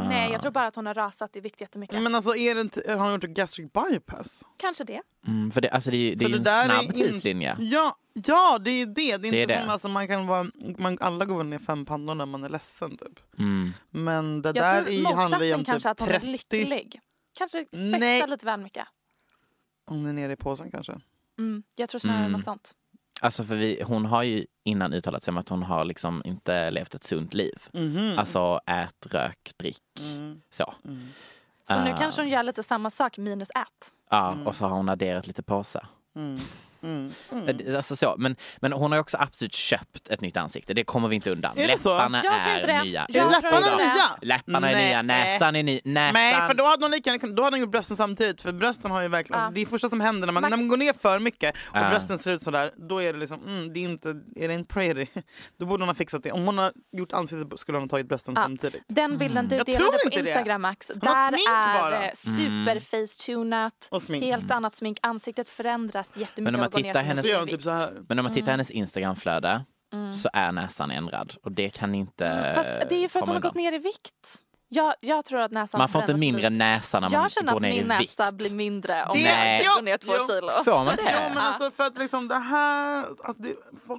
Speaker 1: Nej, jag tror bara att hon har rasat i vikt jättemycket.
Speaker 3: Men alltså är det inte, har hon gjort en gastric bypass?
Speaker 1: Kanske det.
Speaker 2: Mm, för det, alltså det, är ju-
Speaker 3: För
Speaker 2: det är ju en
Speaker 3: där
Speaker 2: snabb
Speaker 3: in-
Speaker 2: tidslinje.
Speaker 3: Ja, ja, det är det. Det är
Speaker 2: Det är
Speaker 3: inte
Speaker 2: det.
Speaker 3: som alltså, man kan vara, man, alla går väl ner fem pannor när man är ledsen typ.
Speaker 2: Mm.
Speaker 3: Men det
Speaker 1: Jag
Speaker 3: där
Speaker 1: tror
Speaker 3: är, ju- handlar ju
Speaker 1: motsatsen
Speaker 3: om
Speaker 1: kanske
Speaker 3: typ
Speaker 1: att hon
Speaker 3: 30.
Speaker 1: är lycklig. Kanske
Speaker 3: Nej.
Speaker 1: festar lite väl mycket.
Speaker 3: Om det är nere i påsen kanske.
Speaker 1: Mm, jag tror snarare
Speaker 2: Mm.
Speaker 1: något sånt.
Speaker 2: Alltså för vi, hon har ju innan uttalat sig om att hon har liksom inte levt ett sunt liv.
Speaker 3: Mhm.
Speaker 2: Alltså ät, rök, drick.
Speaker 3: Mm.
Speaker 2: Så.
Speaker 1: Så nu
Speaker 2: Ah.
Speaker 1: kanske hon gör lite samma sak minus ett.
Speaker 2: Ja,
Speaker 3: Mm.
Speaker 2: och så har hon adderat lite påsar.
Speaker 3: Mm.
Speaker 2: Alltså så, men, men hon har ju också absolut köpt ett nytt ansikte, det kommer vi inte undan.
Speaker 3: Är det så?
Speaker 2: Läpparna
Speaker 1: Jag tror inte
Speaker 2: är
Speaker 1: det.
Speaker 2: nya.
Speaker 1: Jag
Speaker 2: Jo,
Speaker 1: tror
Speaker 2: då.
Speaker 1: inte
Speaker 3: Läpparna är
Speaker 1: det.
Speaker 3: nya!
Speaker 2: Läpparna är
Speaker 3: Nej.
Speaker 2: nya, näsan är ny. Näsan.
Speaker 3: Nej, för då hade hon lika gärna kunnat- då hade hon gjort brösten samtidigt. För brösten har ju verkligen,
Speaker 1: Ja.
Speaker 3: alltså, det är första som händer när man,
Speaker 1: Max-
Speaker 3: när man går ner för mycket och
Speaker 2: Ja.
Speaker 3: brösten ser ut sådär. Då är det liksom, mm, det är inte, är det inte pretty? (laughs) Då borde hon ha fixat det. Om hon har gjort ansiktet skulle hon ha tagit brösten
Speaker 1: Ja.
Speaker 3: samtidigt.
Speaker 2: Mm.
Speaker 1: Den bilden du
Speaker 3: Jag
Speaker 1: delade
Speaker 3: tror
Speaker 1: på
Speaker 3: inte det.
Speaker 1: Instagram Max,
Speaker 3: har
Speaker 1: där
Speaker 3: smink bara.
Speaker 1: är
Speaker 2: Mm.
Speaker 1: super tunat
Speaker 3: Och smink.
Speaker 1: Helt annat smink. Ansiktet förändras jättemycket
Speaker 2: Men om man
Speaker 1: och går ner
Speaker 2: tittar
Speaker 1: som
Speaker 2: hennes-
Speaker 3: Så
Speaker 1: en
Speaker 3: gör hon
Speaker 1: vikt.
Speaker 3: typ så här.
Speaker 2: Men om man
Speaker 1: Mm.
Speaker 2: tittar i hennes Instagramflöde så är näsan ändrad och det kan inte
Speaker 1: Mm, Fast det är ju för att
Speaker 2: komma
Speaker 1: hon har gått
Speaker 2: undan.
Speaker 1: ner i vikt. Jag, jag tror att näsan
Speaker 2: Man får inte
Speaker 1: förändras
Speaker 2: mindre
Speaker 1: lite.
Speaker 2: näsa när man
Speaker 1: Jag känner
Speaker 2: går
Speaker 1: att
Speaker 2: ner i
Speaker 1: min
Speaker 2: vikt.
Speaker 1: näsa blir mindre om
Speaker 3: Det-
Speaker 1: jag
Speaker 2: Jo,
Speaker 1: går ner två
Speaker 3: jo.
Speaker 1: kilo.
Speaker 2: Får man det?
Speaker 3: Jo men alltså för att liksom det här, alltså, det,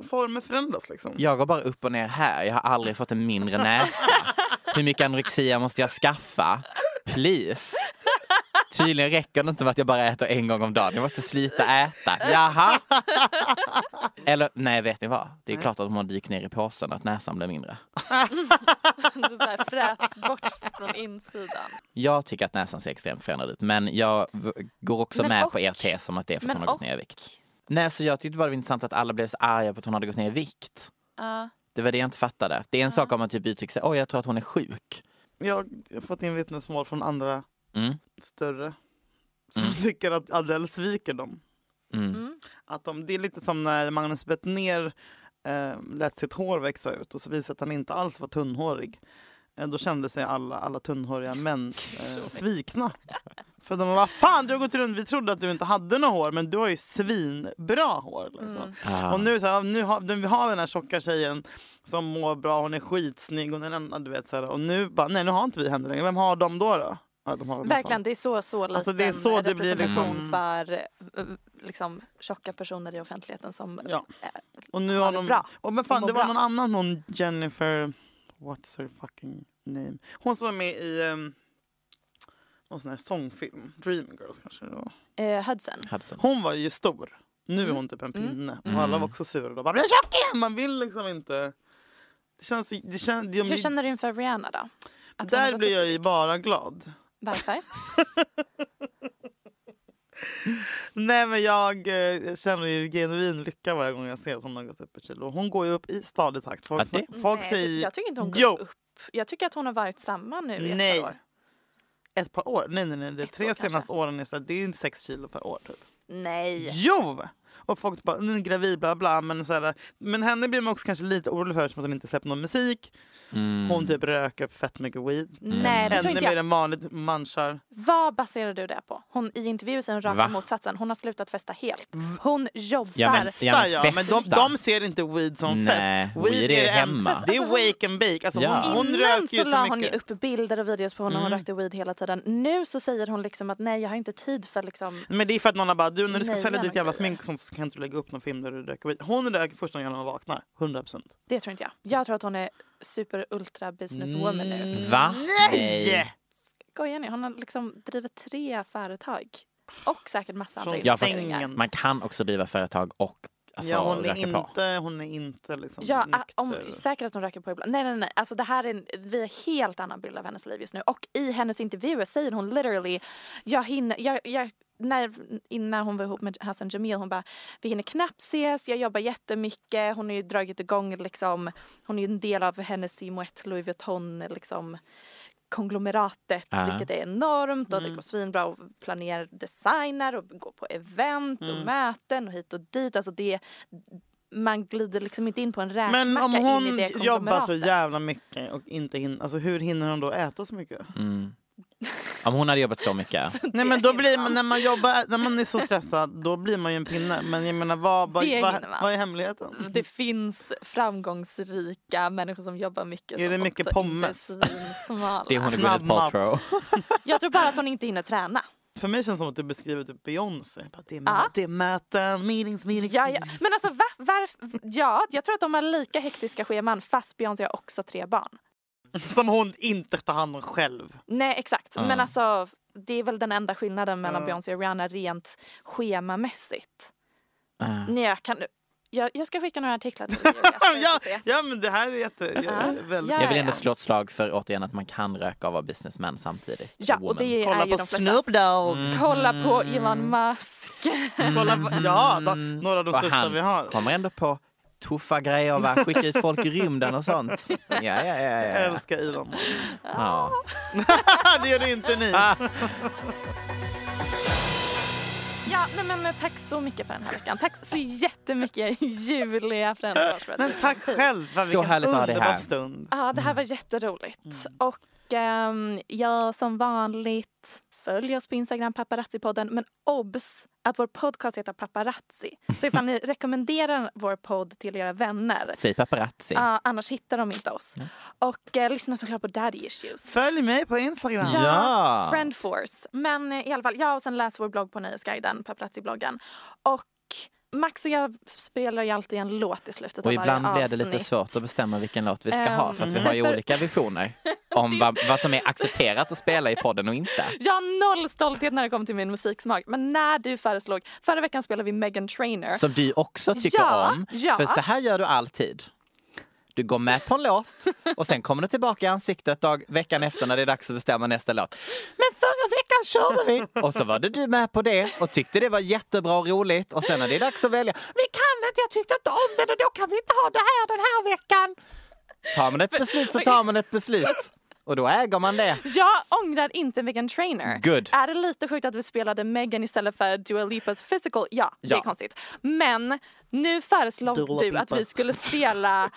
Speaker 3: former förändras liksom.
Speaker 2: Jag går bara upp och ner här. Jag har aldrig fått en mindre näsa. Hur mycket anorexia måste jag skaffa? Please. Tydligen räcker det inte med att jag bara äter en gång om dagen. Jag måste sluta äta. Jaha. Eller nej, vet ni vad? Det är klart att om man dyker ner i påsen att näsan blir mindre.
Speaker 1: (laughs) Det så här fräts bort från insidan.
Speaker 2: Jag tycker att näsan ser extremt förändrad ut. Men jag v- går också
Speaker 1: Men
Speaker 2: med
Speaker 1: och-
Speaker 2: på er tes om att det är för att
Speaker 1: men
Speaker 2: hon har gått
Speaker 1: och-
Speaker 2: ner i vikt. Nej, så jag tyckte bara det var intressant att alla blev så arga på att hon hade gått ner i vikt.
Speaker 3: Ah.
Speaker 1: Ja.
Speaker 2: Det var det jag inte fattade. Det är en sak om man typ uttrycker sig, oj jag tror att hon är sjuk.
Speaker 3: Jag har fått in vittnesmål från andra
Speaker 2: Mm.
Speaker 3: större som tycker att Adele sviker dem.
Speaker 1: Mm.
Speaker 2: Mm.
Speaker 3: Mm. Att de, det är lite som när Magnus Bettner eh, lät sitt hår växa ut och så visade att han inte alls var tunnhårig. Eh, då kände sig alla, alla tunnhåriga män eh, svikna. För de var fan du har gått runt, vi trodde att du inte hade något hår men du har ju svinbra hår. Liksom. Och nu, så här, nu, har, nu har vi den här tjocka tjejen som mår bra, hon är skitsnygg och, du vet, så här, och nu bara, nej nu har inte vi henne längre, vem har de då? då? Ja, de har väl
Speaker 1: Verkligen, det är så, så liten
Speaker 3: Alltså, det är så det blir
Speaker 1: representation
Speaker 3: liksom-
Speaker 1: för eh, liksom, tjocka personer i offentligheten som
Speaker 3: Ja. Och nu har
Speaker 1: Han är
Speaker 3: de...
Speaker 1: bra.
Speaker 3: Och men
Speaker 1: De
Speaker 3: fan,
Speaker 1: mår
Speaker 3: det var
Speaker 1: bra.
Speaker 3: någon annan, någon Jennifer... What's her fucking name? Hon som var med i um, någon sån här sångfilm. Dreamgirls kanske det var.
Speaker 1: eh, Hudson.
Speaker 2: Hudson.
Speaker 3: Hon var ju stor.
Speaker 1: Mm.
Speaker 3: Nu är hon typ en pinne. Och alla var också sura. De bara “bli tjock igen!” Man vill liksom inte... Det känns... Det känns det,
Speaker 1: Hur känner du inför Rihanna då? Att hon har
Speaker 3: där
Speaker 1: gått
Speaker 3: blir
Speaker 1: upp i
Speaker 3: jag ju
Speaker 1: vikt?
Speaker 3: bara glad. (laughs)
Speaker 1: Varför?
Speaker 3: Nej men jag, eh, jag känner ju genuin lycka varje gång jag ser att hon har gått upp ett kilo. Hon går ju upp i stadig takt. Folk,
Speaker 2: Ja, det-
Speaker 3: snack- folk
Speaker 1: Nej,
Speaker 3: säger
Speaker 1: Jag tycker inte hon går
Speaker 3: Jo.
Speaker 1: upp. Jag tycker att hon har varit samma nu i
Speaker 3: Nej.
Speaker 1: ett par år.
Speaker 3: Ett par år? Nej, nej, nej. De
Speaker 1: Ett
Speaker 3: tre
Speaker 1: år kanske.
Speaker 3: senaste åren är så här, det är sex kilo per år. Typ.
Speaker 1: Nej.
Speaker 3: Jo! Och folk bara, nu är gravid, bla bla. Men, så här, men henne blir man också kanske lite orolig för eftersom att hon inte släpper någon musik.
Speaker 2: Mm.
Speaker 3: Hon typ röker fett mycket weed.
Speaker 1: Nej, det tror
Speaker 3: Ännu
Speaker 1: inte
Speaker 3: mer
Speaker 1: jag.
Speaker 3: än vanligt, manchar.
Speaker 1: Vad baserar du det på? Hon, I intervjuer säger hon raka
Speaker 2: Va?
Speaker 1: motsatsen. Hon har slutat festa helt. Hon jobbar.
Speaker 2: Ja, men-
Speaker 1: Festa.
Speaker 2: ja,
Speaker 3: Där,
Speaker 2: men
Speaker 3: ja, men de,
Speaker 2: festa.
Speaker 3: de ser inte weed som
Speaker 2: Nej,
Speaker 3: fest.
Speaker 2: weed är
Speaker 3: det
Speaker 2: hemma.
Speaker 3: en- Det är wake and bake. Alltså,
Speaker 2: Ja.
Speaker 3: hon, hon
Speaker 1: Innan
Speaker 3: röker
Speaker 1: så
Speaker 3: ju så
Speaker 1: la hon ju
Speaker 3: mycket. Mm.
Speaker 1: upp bilder och videos på honom och rökte weed hela tiden. Nu så säger hon liksom att nej jag har inte tid för liksom
Speaker 3: Men det är för att någon har bara, du när du ska
Speaker 1: Nej,
Speaker 3: sälja
Speaker 1: gärna
Speaker 3: ditt jävla
Speaker 1: grejer.
Speaker 3: smink och sånt så kan inte du lägga upp någon film där du röker weed. Hon röker först när hon vaknar, 100%.
Speaker 1: Det tror inte jag. Jag tror att hon är super ultra businesswoman
Speaker 3: Mm.
Speaker 1: nu.
Speaker 2: Va?
Speaker 3: Yeah.
Speaker 1: Skojar ni? Hon har liksom drivit tre företag. Och säkert massa andra
Speaker 3: Från
Speaker 2: Ja, fast-
Speaker 1: investeringar.
Speaker 3: sängen.
Speaker 2: Man kan också driva företag och alltså,
Speaker 3: ja, hon, är
Speaker 2: röka på.
Speaker 3: inte, hon är inte liksom
Speaker 1: Ja,
Speaker 3: nykter.
Speaker 1: a- om, säkert att hon röker på ibland. Nej, nej, nej. Alltså det här är en, vi har en helt annan bild av hennes liv just nu. Och i hennes intervjuer säger hon literally, jag hinner, jag, jag, när, innan hon var ihop med Hassan Jamil, hon bara, vi hinner knappt ses, jag jobbar jättemycket, hon har ju dragit igång liksom, hon är ju en del av hennes Moet Louis Vuitton liksom konglomeratet, vilket är enormt
Speaker 3: Mm.
Speaker 1: och det går svinbra och
Speaker 3: Mm.
Speaker 1: planerar designer och går på event och möten och hit och dit. Alltså det, man glider liksom inte in på en
Speaker 3: Men
Speaker 1: räkmacka
Speaker 3: om
Speaker 1: in i
Speaker 3: hon
Speaker 1: det
Speaker 3: jobbar så
Speaker 1: konglomeratet.
Speaker 3: jävla mycket och inte hinner, alltså hur hinner hon då äta så mycket?
Speaker 2: Om hon hade jobbat
Speaker 3: (laughs)
Speaker 2: så mycket.
Speaker 3: Nej men då blir man, när man jobbar, när man är så stressad, då blir man ju en pinne. Men jag menar vad, vad,
Speaker 1: Det
Speaker 3: vad,
Speaker 1: hinner man. Mm,
Speaker 3: vad är hemligheten?
Speaker 1: Alltså, Det finns framgångsrika människor som jobbar mycket.
Speaker 3: Är
Speaker 1: som
Speaker 3: det mycket
Speaker 1: också
Speaker 3: pommes?
Speaker 1: Inte är svinsmala.
Speaker 2: Det är hon och
Speaker 3: Snabb
Speaker 2: Gwyneth Paltrow.
Speaker 3: (laughs)
Speaker 1: Jag tror bara att hon inte hinner träna.
Speaker 3: För mig känns det som att du beskriver typ Beyoncé. Bara, Det är, mö- det är möten, meetings, meetings.
Speaker 1: Ja, ja. Men alltså va? Varf- ja, jag tror att de har lika hektiska scheman fast Beyoncé har också tre barn.
Speaker 3: Som hon inte tar hand om själv.
Speaker 1: Nej exakt,
Speaker 2: Ah.
Speaker 1: men alltså det är väl den enda skillnaden
Speaker 3: Ah.
Speaker 1: mellan Beyoncé och Rihanna rent schemamässigt.
Speaker 2: Eh,
Speaker 1: Nej, jag, kan, jag, jag ska skicka några artiklar
Speaker 3: (laughs)
Speaker 1: till dig. Julia, så vi
Speaker 3: Ja,
Speaker 1: får se.
Speaker 3: ja men det här är jätte...
Speaker 1: Ja.
Speaker 3: väldigt...
Speaker 1: Ja,
Speaker 2: Jag vill ändå
Speaker 1: ja.
Speaker 2: slå ett slag för återigen att man kan röka och vara businessman samtidigt.
Speaker 1: Ja, och
Speaker 2: Woman.
Speaker 1: det är
Speaker 3: Kolla
Speaker 1: ju de
Speaker 3: på
Speaker 1: flesta.
Speaker 3: Snoop Dogg.
Speaker 1: Kolla på Elon Musk. (laughs)
Speaker 3: Kolla på, ja, da, Mm. några av de
Speaker 2: Och
Speaker 3: största
Speaker 2: han
Speaker 3: vi har.
Speaker 2: kommer ändå på tuffa grejer, va? skicka ut folk i rymden
Speaker 3: (laughs)
Speaker 2: och sånt. Ja, ja, ja.
Speaker 3: Jag
Speaker 2: ja.
Speaker 3: älskar Elon Musk. (laughs)
Speaker 2: ja.
Speaker 3: det gör det inte ni.
Speaker 2: Ah.
Speaker 1: Ja, nej, men eh, tack så mycket för den här veckan. Tack så jättemycket (laughs) Julia Frändfors för att
Speaker 3: Men
Speaker 1: du
Speaker 3: tack
Speaker 1: kom hit.
Speaker 3: själv. Vad
Speaker 2: Så
Speaker 3: Vilken
Speaker 2: härligt att ha dig
Speaker 3: underbar
Speaker 2: här.
Speaker 3: stund.
Speaker 1: Ja, det här var jätteroligt.
Speaker 3: Mm.
Speaker 1: Och ehm, jag som vanligt följ oss på Instagram, paparazzi-podden. Men obs! Att vår podcast heter Paparazzi. Så ifall
Speaker 3: (laughs)
Speaker 1: ni rekommenderar vår podd till era vänner,
Speaker 2: Säg paparazzi.
Speaker 1: ja, annars hittar de inte oss.
Speaker 3: Mm.
Speaker 1: Och eh, lyssna såklart på Daddy Issues.
Speaker 3: Följ mig på Instagram.
Speaker 2: Ja.
Speaker 1: Friend Force. Men eh, i alla fall, ja, och sen läs vår blogg på Nöjesguiden, paparazzi-bloggen. Och Max och jag spelar ju alltid en låt i slutet
Speaker 2: Och
Speaker 1: av varje
Speaker 2: ibland
Speaker 1: avsnitt.
Speaker 2: blir det lite svårt att bestämma vilken låt vi ska
Speaker 1: Ehm,
Speaker 2: ha för att vi har ju
Speaker 1: därför-
Speaker 2: olika visioner om vad, vad som är accepterat att spela i podden
Speaker 1: (laughs)
Speaker 2: och inte.
Speaker 1: Jag har noll stolthet när det kommer till min musiksmak. Men när du föreslog, förra veckan spelade vi Megan Trainor.
Speaker 2: Som du också tycker
Speaker 1: Ja,
Speaker 2: om.
Speaker 1: ja.
Speaker 2: För så här gör du alltid. Du går med på en låt och sen kommer det tillbaka i ansiktet dag, veckan efter när det är dags att bestämma nästa låt. Men förra veckan körde vi! Och så var det du med på det och tyckte det var jättebra och roligt och sen när det är dags att välja. Vi kan inte, jag tyckte inte om den och då kan vi inte ha det här den här veckan. Tar man ett beslut så tar man ett beslut. Och då äger man det.
Speaker 1: Jag ångrar inte Megan Trainor.
Speaker 2: Good.
Speaker 1: Är det lite sjukt att vi spelade Megan istället för Dua Lipas Physical? Ja, det är
Speaker 2: Ja.
Speaker 1: konstigt. Men nu föreslog
Speaker 3: Dua
Speaker 1: du att
Speaker 3: Lipa.
Speaker 1: vi skulle
Speaker 2: (laughs)
Speaker 1: spela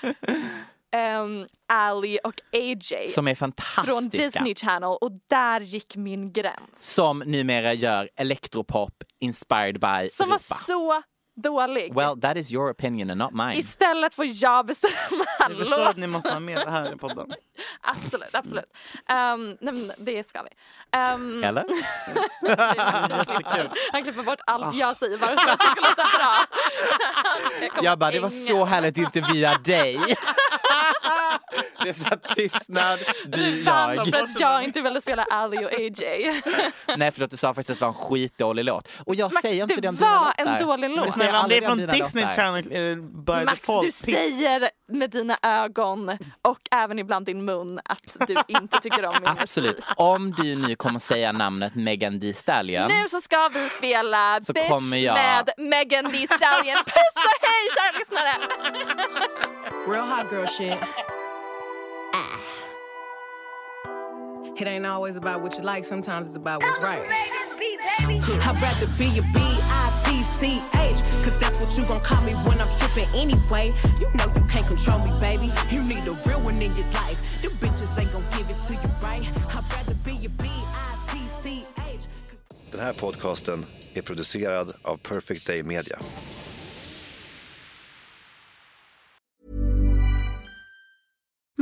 Speaker 1: ehm, Ali och AJ
Speaker 2: Som är
Speaker 1: från
Speaker 2: fantastiska.
Speaker 1: Disney Channel och där gick min gräns.
Speaker 2: Som numera gör electropop inspired by
Speaker 1: Som
Speaker 2: Europa.
Speaker 1: var så dålig.
Speaker 2: Well, that is your opinion and not mine.
Speaker 1: Istället får jag
Speaker 2: (laughs)
Speaker 1: bestämma
Speaker 3: Jag förstår att ni
Speaker 1: låt.
Speaker 3: måste ha med det här i podden.
Speaker 1: Absolut, absolut. Um, nej, men det ska vi.
Speaker 2: (laughs)
Speaker 1: Um, (laughs)
Speaker 2: Eller?
Speaker 1: han klipper bort
Speaker 2: Ah.
Speaker 1: allt jag säger bara för att det ska låta
Speaker 2: (laughs)
Speaker 1: bra. Jag kommer
Speaker 2: Jag bara, det var
Speaker 1: ingen-
Speaker 2: så härligt att intervjua dig.
Speaker 1: (laughs)
Speaker 2: Det är så här tystnad, du,
Speaker 1: Du vann
Speaker 2: jag.
Speaker 1: för att jag inte ville spela Ali och
Speaker 2: (laughs)
Speaker 1: AJ.
Speaker 2: Nej förlåt, du sa faktiskt att det var en skitdålig låt. Och jag
Speaker 1: Max,
Speaker 2: säger inte
Speaker 1: det
Speaker 2: det om
Speaker 1: var
Speaker 2: dina låtar.
Speaker 1: en dålig låt.
Speaker 2: Jag säger
Speaker 3: Snälla, om det
Speaker 2: aldrig
Speaker 3: är från
Speaker 2: om dina
Speaker 3: Disney
Speaker 2: låtar.
Speaker 3: Channel är det by
Speaker 1: Max,
Speaker 3: default.
Speaker 1: du
Speaker 3: piss.
Speaker 1: säger med dina ögon och även ibland din mun att du inte tycker om min musik.
Speaker 2: Absolut, om du nu kommer säga namnet Megan Thee Stallion.
Speaker 1: Nu så ska vi spela
Speaker 2: Så
Speaker 1: Bitch
Speaker 2: kommer jag-
Speaker 1: med Megan Thee Stallion. Puss och hej kära lyssnare!
Speaker 7: Real hot girl shit. It ain't always about what you like, sometimes it's about what's right. I'd rather be a B-I-T-C-H Cause that's what you gon' call me when I'm trippin' anyway You know you can't control me, baby You need a real one in your life Them bitches ain't gon' give it to you right I'd rather be a B-I-T-C-H
Speaker 8: Den här podcasten är producerad av Perfect Day Media.